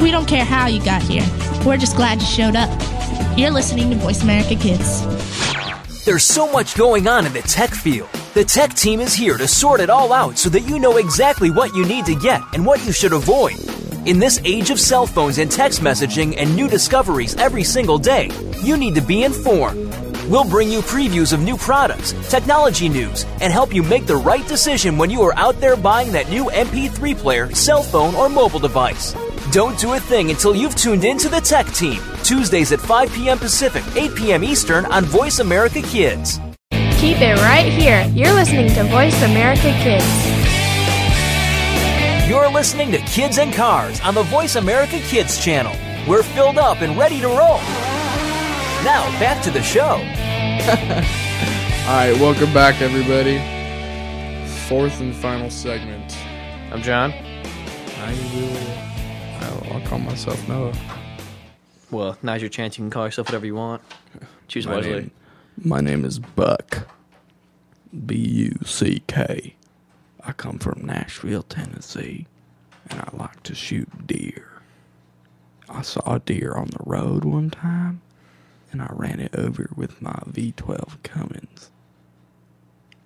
[SPEAKER 5] We don't care how you got here. We're just glad you showed up. You're listening to Voice America Kids.
[SPEAKER 1] There's so much going on in the tech field. The tech team is here to sort it all out so that you know exactly what you need to get and what you should avoid. In this age of cell phones and text messaging and new discoveries every single day, you need to be informed. We'll bring you previews of new products, technology news, and help you make the right decision when you are out there buying that new MP3 player, cell phone, or mobile device. Don't do a thing until you've tuned in to the Tech Team, Tuesdays at 5 p.m. Pacific, 8 p.m. Eastern on Voice America Kids.
[SPEAKER 11] Keep it right here. You're listening to Voice America Kids.
[SPEAKER 1] You're listening to Kids and Cars on the Voice America Kids channel. We're filled up and ready to roll. Now, back to the show.
[SPEAKER 3] All right, welcome back, everybody. Fourth and final segment.
[SPEAKER 2] I'm John.
[SPEAKER 3] I will. I'll, I'll call myself Noah.
[SPEAKER 2] Well, now's your chance. You can call yourself whatever you want. Choose
[SPEAKER 3] My
[SPEAKER 2] wisely.
[SPEAKER 3] name, my name is Buck. B U C K. I come from Nashville, Tennessee, and I like to shoot deer. I saw a deer on the road one time, and I ran it over with my V12 Cummins.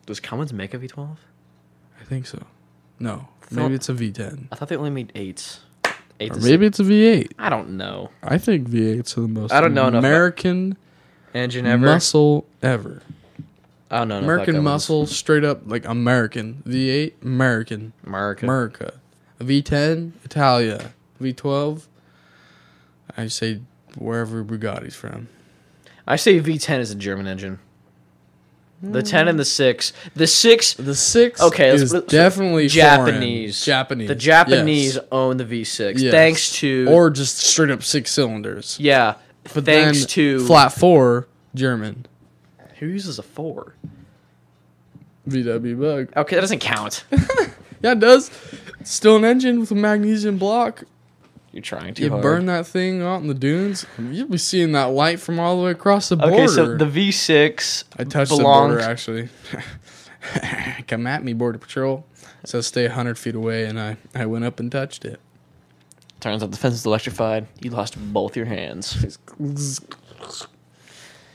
[SPEAKER 2] Does Cummins make a V12?
[SPEAKER 3] I think so. No,
[SPEAKER 2] No.
[SPEAKER 3] maybe it's a V10.
[SPEAKER 2] I thought they only made eights. Eights
[SPEAKER 3] Or
[SPEAKER 2] is-
[SPEAKER 3] maybe it's a V8.
[SPEAKER 2] I don't know.
[SPEAKER 3] I think V8s are the most
[SPEAKER 2] I don't know enough about-
[SPEAKER 3] American
[SPEAKER 2] Engine ever. Oh,
[SPEAKER 3] muscle ever.
[SPEAKER 2] I don't know. enough about
[SPEAKER 3] American
[SPEAKER 2] guns.
[SPEAKER 3] muscle, straight up like American. V8, American.
[SPEAKER 2] America.
[SPEAKER 3] America. V10, Italia. V12, I say wherever Bugatti's from.
[SPEAKER 2] I say V10 is a German engine. The 10 and the 6. The 6
[SPEAKER 3] The 6
[SPEAKER 2] Okay, let's-
[SPEAKER 3] is
[SPEAKER 2] let's-
[SPEAKER 3] definitely foreign.
[SPEAKER 2] Japanese.
[SPEAKER 3] Japanese.
[SPEAKER 2] The Japanese
[SPEAKER 3] yes.
[SPEAKER 2] own the V6
[SPEAKER 3] Yes.
[SPEAKER 2] thanks to
[SPEAKER 3] Or just straight up six cylinders.
[SPEAKER 2] yeah,
[SPEAKER 3] But
[SPEAKER 2] thanks
[SPEAKER 3] then
[SPEAKER 2] to
[SPEAKER 3] flat four German
[SPEAKER 2] Who uses a 4?
[SPEAKER 3] VW bug.
[SPEAKER 2] Okay, that doesn't count.
[SPEAKER 3] Yeah, it does. It's still an engine with a magnesium block.
[SPEAKER 2] You're trying too
[SPEAKER 3] You
[SPEAKER 2] hard.
[SPEAKER 3] burn that thing out in the dunes. You'll be seeing that light from all the way across the border.
[SPEAKER 2] okay, so the V6
[SPEAKER 3] I touched
[SPEAKER 2] belonged-
[SPEAKER 3] the border actually. Come at me, border patrol. So stay hundred feet away, and I I went up and touched it.
[SPEAKER 2] Turns out the fence is electrified. You lost both your hands.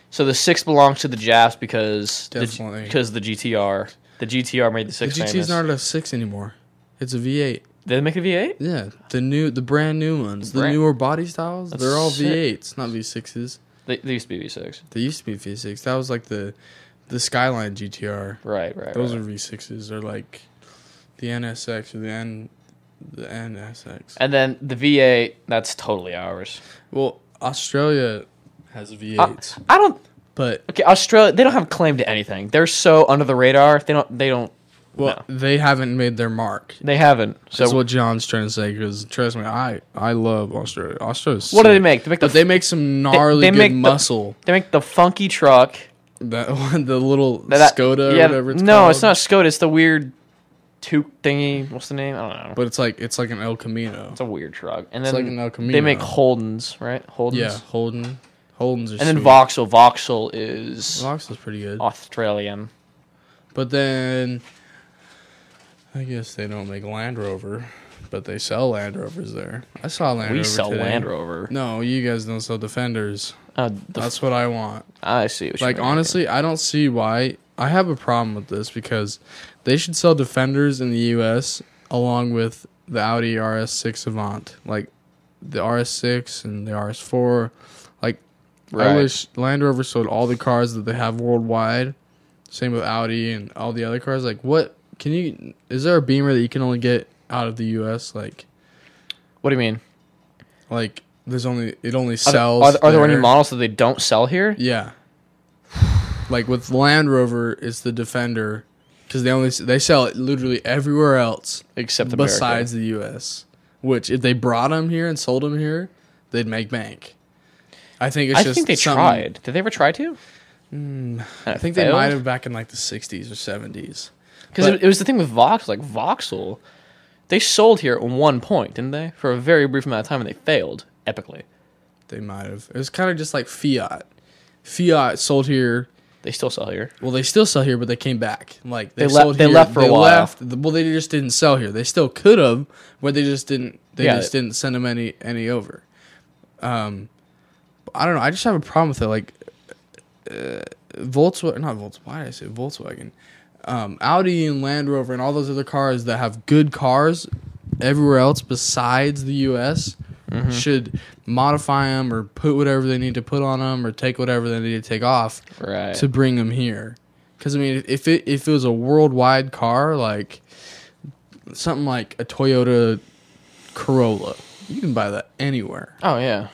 [SPEAKER 2] So the six belongs to the Japs because the,
[SPEAKER 3] Definitely.
[SPEAKER 2] because the GTR the GTR made the
[SPEAKER 3] The
[SPEAKER 2] six
[SPEAKER 3] GT's
[SPEAKER 2] famous.
[SPEAKER 3] not a six anymore. It's a V eight.
[SPEAKER 2] Did they make a V8?
[SPEAKER 3] Yeah, the new the brand new ones, the
[SPEAKER 2] Brand-
[SPEAKER 3] newer body styles.
[SPEAKER 2] That's
[SPEAKER 3] they're all
[SPEAKER 2] sick.
[SPEAKER 3] V eights, not V sixes.
[SPEAKER 2] They, they used to be V6.
[SPEAKER 3] They used to be V six. That was like the the Skyline GTR.
[SPEAKER 2] Right, right.
[SPEAKER 3] Those
[SPEAKER 2] right.
[SPEAKER 3] are V sixes. They're like the NSX or the N the NSX.
[SPEAKER 2] and then the V8 that's totally ours.
[SPEAKER 3] Well, Australia has V eights,
[SPEAKER 2] I don't.
[SPEAKER 3] but
[SPEAKER 2] Okay, Australia they don't have claim to anything. They're so under the radar. They don't. They don't.
[SPEAKER 3] well, they haven't made their mark.
[SPEAKER 2] They haven't. So
[SPEAKER 3] That's what John's trying to say. Because trust me, I I love Australia. Australia's
[SPEAKER 2] What do they
[SPEAKER 3] sick.
[SPEAKER 2] make? They make the
[SPEAKER 3] but they make some gnarly
[SPEAKER 2] they
[SPEAKER 3] good
[SPEAKER 2] make the-
[SPEAKER 3] muscle.
[SPEAKER 2] they make the funky truck.
[SPEAKER 3] that one, the little
[SPEAKER 2] That-
[SPEAKER 3] Skoda,
[SPEAKER 2] yeah,
[SPEAKER 3] or whatever it's
[SPEAKER 2] no,
[SPEAKER 3] called.
[SPEAKER 2] it's not Skoda. It's the weird toque thingy. What's the name? I don't know.
[SPEAKER 3] But it's like it's like an El Camino.
[SPEAKER 2] It's a weird truck. And
[SPEAKER 3] It's
[SPEAKER 2] then
[SPEAKER 3] like an El
[SPEAKER 2] they make
[SPEAKER 3] Camino.
[SPEAKER 2] Holdens, right? Holdens.
[SPEAKER 3] Yeah, Holden. Holden's are
[SPEAKER 2] And then
[SPEAKER 3] sweet.
[SPEAKER 2] Vauxhall. Vauxhall is
[SPEAKER 3] Vox is pretty good.
[SPEAKER 2] Australian.
[SPEAKER 3] But then I guess they don't make Land Rover, but they sell Land Rovers there. I saw a Land
[SPEAKER 2] we
[SPEAKER 3] Rover.
[SPEAKER 2] sell
[SPEAKER 3] today.
[SPEAKER 2] Land Rover.
[SPEAKER 3] No, you guys don't sell Defenders.
[SPEAKER 2] Uh, the,
[SPEAKER 3] That's what I want.
[SPEAKER 2] I see. What you
[SPEAKER 3] Like
[SPEAKER 2] mean.
[SPEAKER 3] honestly, I don't see why I have a problem with this because they should sell Defenders in the US along with the Audi RS6 Avant. Like the RS6 and the RS4. Like I
[SPEAKER 2] Right.
[SPEAKER 3] wish Land Rover sold all the cars that they have worldwide. Same with Audi and all the other cars. Like what can you is there a Beamer that you can only get out of the US like
[SPEAKER 2] What do you mean?
[SPEAKER 3] like there's only it only
[SPEAKER 2] Are there,
[SPEAKER 3] sells
[SPEAKER 2] are, there- are there any
[SPEAKER 3] there.
[SPEAKER 2] models that they don't sell here?
[SPEAKER 3] Yeah. Like with Land Rover, it's the Defender because they only they sell it literally everywhere else
[SPEAKER 2] Except America.
[SPEAKER 3] besides the U.S. Which if they brought them here and sold them here, they'd make bank. I think it's
[SPEAKER 2] I
[SPEAKER 3] just
[SPEAKER 2] think they
[SPEAKER 3] something-
[SPEAKER 2] tried. Did they ever try to?
[SPEAKER 3] I think they might have back in like the '60s or '70s.
[SPEAKER 2] Because
[SPEAKER 3] but-
[SPEAKER 2] it, it was the thing with Vox, like Voxel, they sold here at one point, didn't they? For a very brief amount of time, and they failed epically.
[SPEAKER 3] They might have. It was kind of just like Fiat. Fiat sold here.
[SPEAKER 2] They still sell here.
[SPEAKER 3] Well, they still sell here, but they came back. Like
[SPEAKER 2] They
[SPEAKER 3] they,
[SPEAKER 2] left-
[SPEAKER 3] sold
[SPEAKER 2] they
[SPEAKER 3] here,
[SPEAKER 2] left for a while.
[SPEAKER 3] The- Well, they just didn't sell here. They still could have, but they just didn't. They
[SPEAKER 2] Yeah.
[SPEAKER 3] just didn't send them any any over. Um, I don't know. I just have a problem with it. Like uh, Volkswagen, not Volkswagen. Why did I say Volkswagen? Um, Audi and Land Rover and all those other cars that have good cars everywhere else besides the U.S.
[SPEAKER 2] Mm-hmm.
[SPEAKER 3] Should modify them or put whatever they need to put on them or take whatever they need to take off
[SPEAKER 2] Right.
[SPEAKER 3] to bring them here. Because I mean, if it if it was a worldwide car, like something like a Toyota Corolla, you can buy that anywhere.
[SPEAKER 2] oh yeah.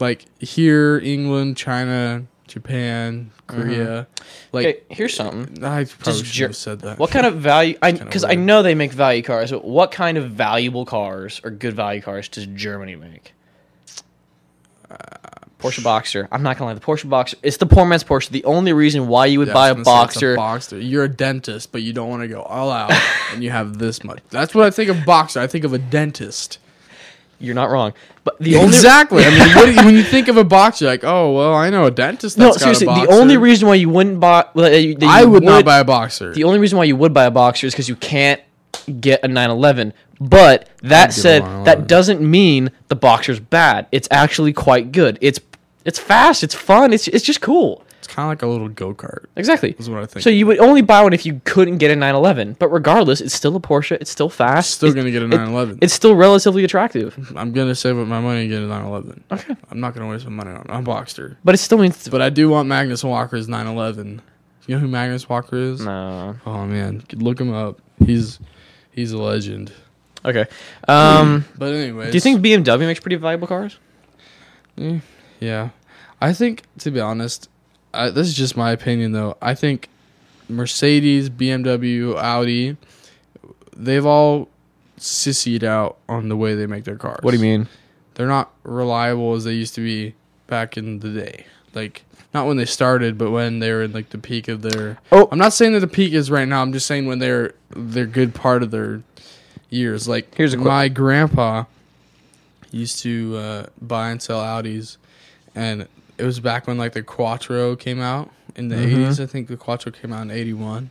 [SPEAKER 3] Like here, England, China, Japan,
[SPEAKER 2] Mm-hmm.
[SPEAKER 3] Korea. Like
[SPEAKER 2] Okay, here's something.
[SPEAKER 3] I probably
[SPEAKER 2] Does
[SPEAKER 3] should
[SPEAKER 2] Ger-
[SPEAKER 3] have said that.
[SPEAKER 2] What kind of value?
[SPEAKER 3] kinda
[SPEAKER 2] Because I,
[SPEAKER 3] weird.
[SPEAKER 2] know they make value cars, but what kind of valuable cars or good value cars does Germany make?
[SPEAKER 3] Uh,
[SPEAKER 2] Porsche Boxer. I'm not gonna lie. The Porsche Boxer. It's the poor man's Porsche. The only reason why you would
[SPEAKER 3] Yeah,
[SPEAKER 2] buy
[SPEAKER 3] I was
[SPEAKER 2] a
[SPEAKER 3] gonna say it's
[SPEAKER 2] Boxer.
[SPEAKER 3] Boxster. You're a dentist, but you don't want to go all out, and you have this much. That's what I think of Boxer. I think of a dentist.
[SPEAKER 2] you're not wrong. But the only
[SPEAKER 3] exactly. I mean, what, do you- when you think of a boxer, you're like, oh well, I know a dentist.
[SPEAKER 2] no,
[SPEAKER 3] That's got
[SPEAKER 2] seriously,
[SPEAKER 3] a
[SPEAKER 2] the
[SPEAKER 3] boxer.
[SPEAKER 2] only reason why you wouldn't buy, well, that you- that
[SPEAKER 3] I
[SPEAKER 2] you
[SPEAKER 3] would, not buy a boxer.
[SPEAKER 2] The only reason why you would buy a boxer is because you can't get a 911. But that
[SPEAKER 3] get a
[SPEAKER 2] said,
[SPEAKER 3] 911.
[SPEAKER 2] that doesn't mean the boxer's bad. It's actually quite good. It's it's fast. It's fun. It's it's just cool.
[SPEAKER 3] It's kind of like a little go kart.
[SPEAKER 2] Exactly.
[SPEAKER 3] Is what I think.
[SPEAKER 2] So you would only buy one if you couldn't get a 911. But regardless, it's still a Porsche. It's still fast.
[SPEAKER 3] Still
[SPEAKER 2] it's-
[SPEAKER 3] gonna get a
[SPEAKER 2] it-
[SPEAKER 3] 911.
[SPEAKER 2] it's still relatively attractive.
[SPEAKER 3] I'm gonna save up my money and get a 911.
[SPEAKER 2] Okay.
[SPEAKER 3] I'm not gonna waste my money on a Boxster.
[SPEAKER 2] But it still means.
[SPEAKER 3] But I do want Magnus Walker's 911. You know who Magnus Walker is?
[SPEAKER 2] No.
[SPEAKER 3] Oh man, look him up. He's he's a legend.
[SPEAKER 2] Okay. Um,
[SPEAKER 3] But anyways,
[SPEAKER 2] do you think BMW makes pretty valuable cars?
[SPEAKER 3] Eh, Yeah, I think to be honest, I, this is just my opinion though. I think Mercedes, BMW, Audi, they've all sissied out on the way they make their cars.
[SPEAKER 2] mean?
[SPEAKER 3] They're not reliable as they used to be back in the day. Like not when they started, but when they were in like the peak of their.
[SPEAKER 2] Oh.
[SPEAKER 3] I'm not saying that the peak is right now. I'm just saying when they're their good part of their years. Like
[SPEAKER 2] Here's a que-
[SPEAKER 3] my grandpa used to uh, buy and sell Audis, and it was back when like the Quattro came out in the
[SPEAKER 2] Mhm.
[SPEAKER 3] 80s. I think the Quattro came out in 81,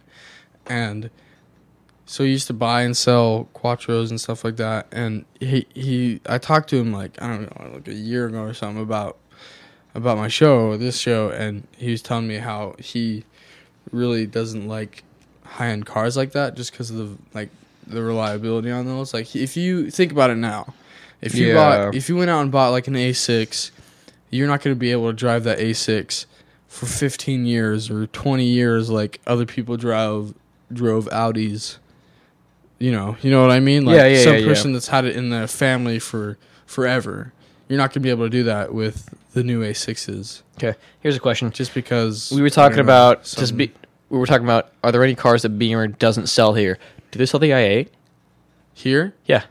[SPEAKER 3] and so he used to buy and sell Quattros and stuff like that. And he he I talked to him like I don't know like a year ago or something about about my show, this show, and he was telling me how he really doesn't like high end cars like that just because of the like the reliability on those. Like if you think about it now, if you bought
[SPEAKER 2] Yeah.
[SPEAKER 3] if you went out and bought like an A6, you're not going to be able to drive that A6 for 15 years or 20 years like other people drove drove Audis. You know, you know what I mean? Like
[SPEAKER 2] Yeah, yeah,
[SPEAKER 3] some
[SPEAKER 2] yeah, yeah.
[SPEAKER 3] person that's had it in their family for forever. You're not going to be able to do that with the new A6s
[SPEAKER 2] Okay. Here's a question.
[SPEAKER 3] just because
[SPEAKER 2] We
[SPEAKER 3] I
[SPEAKER 2] were
[SPEAKER 3] don't
[SPEAKER 2] talking
[SPEAKER 3] know,
[SPEAKER 2] about
[SPEAKER 3] some-
[SPEAKER 2] just be. We were talking about are there any cars that Beamer doesn't sell here? Do they sell the i8?
[SPEAKER 3] here.
[SPEAKER 2] Yeah,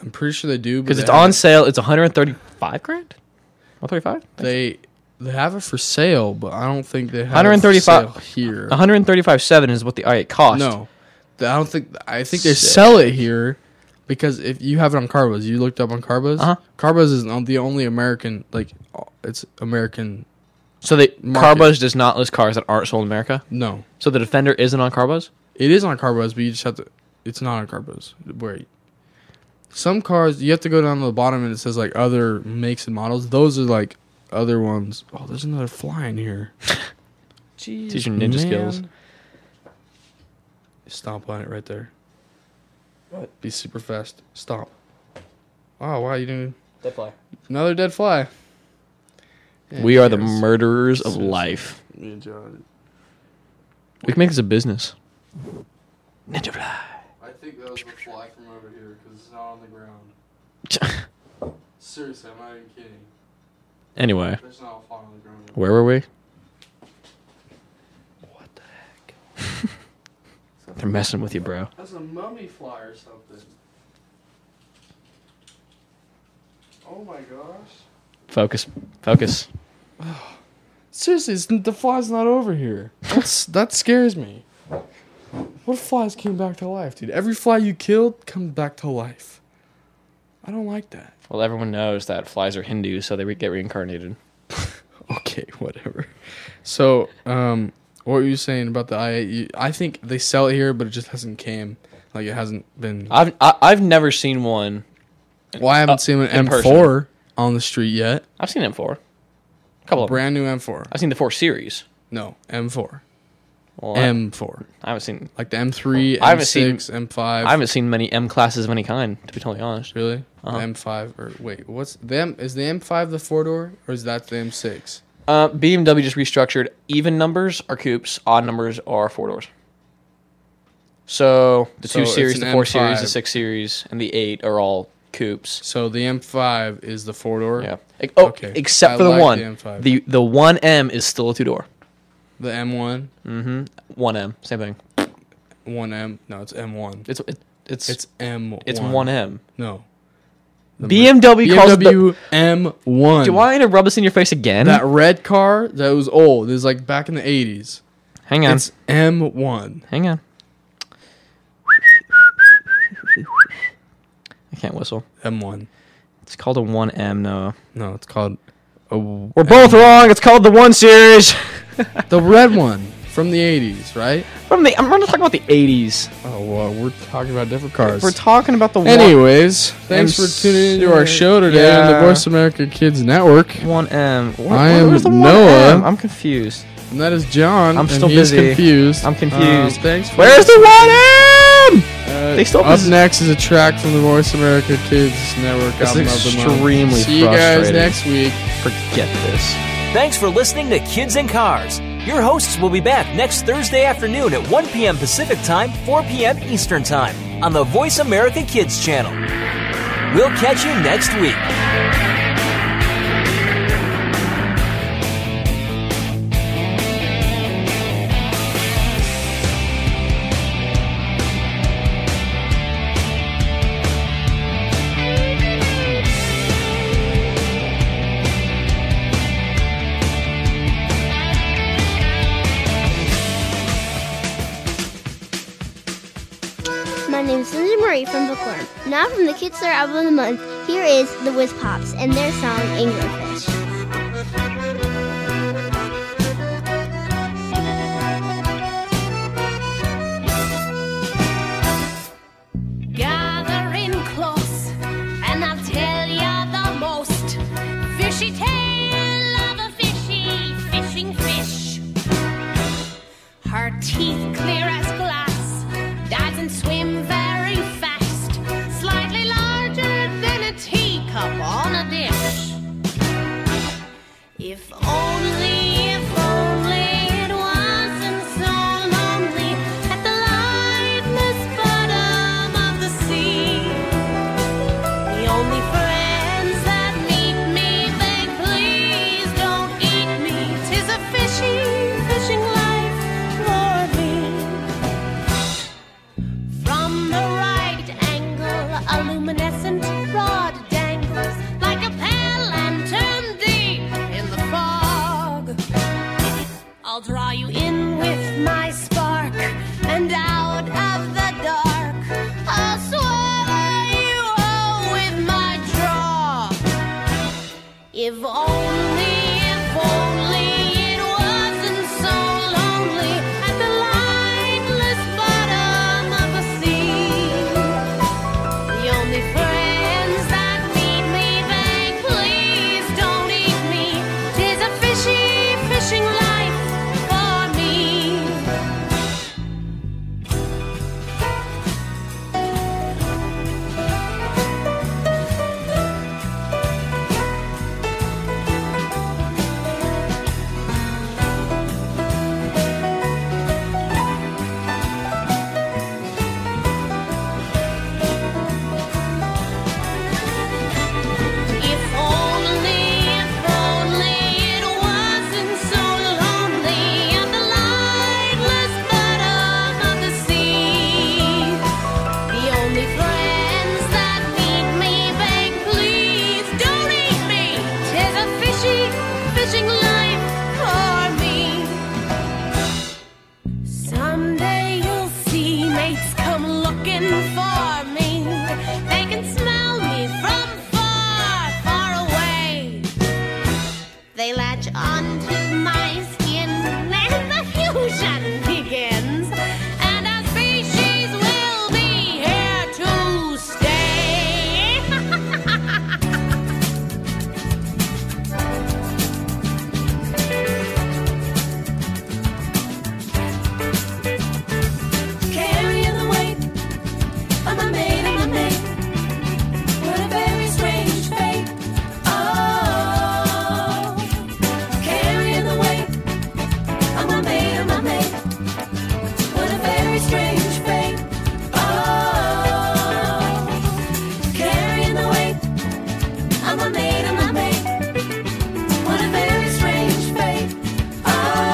[SPEAKER 3] I'm pretty sure they do
[SPEAKER 2] because
[SPEAKER 3] but
[SPEAKER 2] it's
[SPEAKER 3] they
[SPEAKER 2] on
[SPEAKER 3] haven't-
[SPEAKER 2] sale. It's 135 grand. 135.
[SPEAKER 3] They they have it for sale, but I don't think they have it
[SPEAKER 2] 135
[SPEAKER 3] for sale here.
[SPEAKER 2] 135.7 is what the i8 cost.
[SPEAKER 3] No, Th- I don't think. I think they
[SPEAKER 2] Sick.
[SPEAKER 3] sell it here because if you have it on Carbos, you looked up on Carbos.
[SPEAKER 2] Uh-huh.
[SPEAKER 3] Carbos is on- the only American like uh, it's American.
[SPEAKER 2] So the
[SPEAKER 3] Market.
[SPEAKER 2] Carbos does not list cars that aren't sold in America.
[SPEAKER 3] No,
[SPEAKER 2] So the Defender isn't on Carbos.
[SPEAKER 3] it is on Carbos, but you just have to. It's not on Carbos. Wait. Some cars you have to go down to the bottom and it says like other makes and models. Those are like other ones. Oh, there's another fly in here.
[SPEAKER 2] Teach your ninja skills.
[SPEAKER 3] Man. Stomp on it right there. What? Be super fast. Stomp. Oh wow, you didn't
[SPEAKER 2] Dead fly.
[SPEAKER 3] another dead fly. Yeah,
[SPEAKER 2] We are the
[SPEAKER 3] yes.
[SPEAKER 2] murderers of life.
[SPEAKER 3] Me and John.
[SPEAKER 2] We can make this a business. Ninja fly.
[SPEAKER 3] I think that was the fly from over here because it's not on the ground. Seriously, I'm not even kidding.
[SPEAKER 2] Anyway,
[SPEAKER 3] There's not a fly on the ground.
[SPEAKER 2] where were we?
[SPEAKER 3] What the heck?
[SPEAKER 2] They're messing with you, bro.
[SPEAKER 3] That's a mummy fly or something. Oh my gosh.
[SPEAKER 2] Focus. Focus.
[SPEAKER 3] Seriously, it's, the fly's not over here. That's that scares me. What if flies came back to life, dude? Every fly you killed comes back to life. I don't like that.
[SPEAKER 2] Well, everyone knows that flies are Hindus, so they re- get reincarnated.
[SPEAKER 3] Okay, whatever. So, um, what were you saying about the I? You, I think they sell it here, but it just hasn't came. Like it hasn't been.
[SPEAKER 2] I've I, I've never seen one.
[SPEAKER 3] Well, I haven't
[SPEAKER 2] uh,
[SPEAKER 3] seen an
[SPEAKER 2] in
[SPEAKER 3] M4
[SPEAKER 2] person.
[SPEAKER 3] on the street yet.
[SPEAKER 2] I've seen M4. A couple of them.
[SPEAKER 3] Brand new M4.
[SPEAKER 2] I've seen the 4 Series.
[SPEAKER 3] No, M4.
[SPEAKER 2] Well, I-
[SPEAKER 3] M4.
[SPEAKER 2] I haven't seen.
[SPEAKER 3] Like the M3,
[SPEAKER 2] I haven't
[SPEAKER 3] M6, M5.
[SPEAKER 2] I haven't seen many M classes of any kind, to be totally honest.
[SPEAKER 3] Really?
[SPEAKER 2] Uh-huh.
[SPEAKER 3] M five or wait, what's the M is the M five the four door or is that the M six?
[SPEAKER 2] Uh, BMW just restructured. Even numbers are coupes. Odd numbers are four doors. So the
[SPEAKER 3] So
[SPEAKER 2] two
[SPEAKER 3] it's
[SPEAKER 2] series,
[SPEAKER 3] an
[SPEAKER 2] the four series, the
[SPEAKER 3] M5.
[SPEAKER 2] six series, and the eight are all coupes.
[SPEAKER 3] So the M five is the four door.
[SPEAKER 2] Yeah. E- Oh,
[SPEAKER 3] Okay.
[SPEAKER 2] except
[SPEAKER 3] I
[SPEAKER 2] for the
[SPEAKER 3] like
[SPEAKER 2] one.
[SPEAKER 3] the M5.
[SPEAKER 2] The the one M is still a two door.
[SPEAKER 3] The M one,
[SPEAKER 2] One M, same thing.
[SPEAKER 3] one M. No, it's M one.
[SPEAKER 2] It's it, it's
[SPEAKER 3] It's M.
[SPEAKER 2] it's one M.
[SPEAKER 3] No.
[SPEAKER 2] BMW, calls it the,
[SPEAKER 3] BMW M one.
[SPEAKER 2] Do I want to rub this in your face again?
[SPEAKER 3] That red car that was old. It was like back in the eighties.
[SPEAKER 2] hang on,
[SPEAKER 3] It's M one.
[SPEAKER 2] hang on. I can't whistle.
[SPEAKER 3] M one.
[SPEAKER 2] It's called a one M, Noah.
[SPEAKER 3] No, it's called a w-
[SPEAKER 2] We're both wrong. It's called the one series.
[SPEAKER 3] the red one. From the 80s, right?
[SPEAKER 12] From the I'm not talking about the 80s.
[SPEAKER 3] Oh, well, we're talking about different cars.
[SPEAKER 12] We're talking about the one-
[SPEAKER 3] Anyways, thanks
[SPEAKER 12] I'm
[SPEAKER 3] for tuning into our
[SPEAKER 12] sick.
[SPEAKER 3] show today on the
[SPEAKER 12] Yeah.
[SPEAKER 3] Voice America Kids Network.
[SPEAKER 12] 1M. Where-
[SPEAKER 3] I am
[SPEAKER 12] where's the 1M?
[SPEAKER 3] Noah.
[SPEAKER 12] I'm confused.
[SPEAKER 3] And that is John.
[SPEAKER 12] I'm
[SPEAKER 3] and
[SPEAKER 12] still
[SPEAKER 3] he is
[SPEAKER 12] busy.
[SPEAKER 3] confused.
[SPEAKER 12] I'm confused.
[SPEAKER 3] Um, thanks. for-
[SPEAKER 12] Where's the 1M?
[SPEAKER 3] Uh,
[SPEAKER 12] They still
[SPEAKER 3] up
[SPEAKER 12] pos-
[SPEAKER 3] next is a track from the Voice America Kids Network
[SPEAKER 12] This
[SPEAKER 3] album
[SPEAKER 12] is
[SPEAKER 3] of the month.
[SPEAKER 12] extremely
[SPEAKER 3] See you guys
[SPEAKER 12] frustrating.
[SPEAKER 3] next week.
[SPEAKER 12] Forget this.
[SPEAKER 1] Thanks for listening to Kids and Cars. Your hosts will be back next Thursday afternoon at 1 p.m. Pacific Time, 4 p.m. Eastern Time on the Voice America Kids channel. We'll catch you next week.
[SPEAKER 13] My name is Lindsay Marie from Bookworm. Now from the Kids Star Album of the Month, here is The Whiz Pops and their song Anglerfish.
[SPEAKER 14] Gather in close, and I'll tell ya the most fishy tale of a fishy fishing fish. Her teeth clear as glass, dives and swim very fast, slightly larger than a teacup on a dish. If only, if only it wasn't so lonely at the lifeless bottom of the sea. The only friends that meet me beg, please don't eat me. Tis a fishy, fishing life for me. From the right angle, a luminescent rod dangles like a pale lantern deep in the fog. I'll draw you in with my spark and out of the dark. I'll swallow you whole with my draw. If only, if only it wasn't so lonely at the lightless bottom of the sea. The only friends that meet me beg, please don't eat me. Tis a fishy, fishing life for me. If only, if only it wasn't so lonely at the lightless bottom of the sea. The only friends that meet me beg, please don't eat me. Tis a fishy, fishing life for me. Someday you'll see mates come looking for me. They can smell me from far, far away. They latch onto my skin and the fusion begins. And our species will be here to stay.
[SPEAKER 15] carrying the weight of my mate, of my mate. What a very strange fate. Oh, carrying the weight of my mate, of my mate. What a very strange fate. Oh, carrying the weight of my mate, of my mate. What a very strange fate. Oh.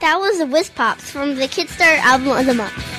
[SPEAKER 14] That was the Whiz Pops from the Kidstar album of the month.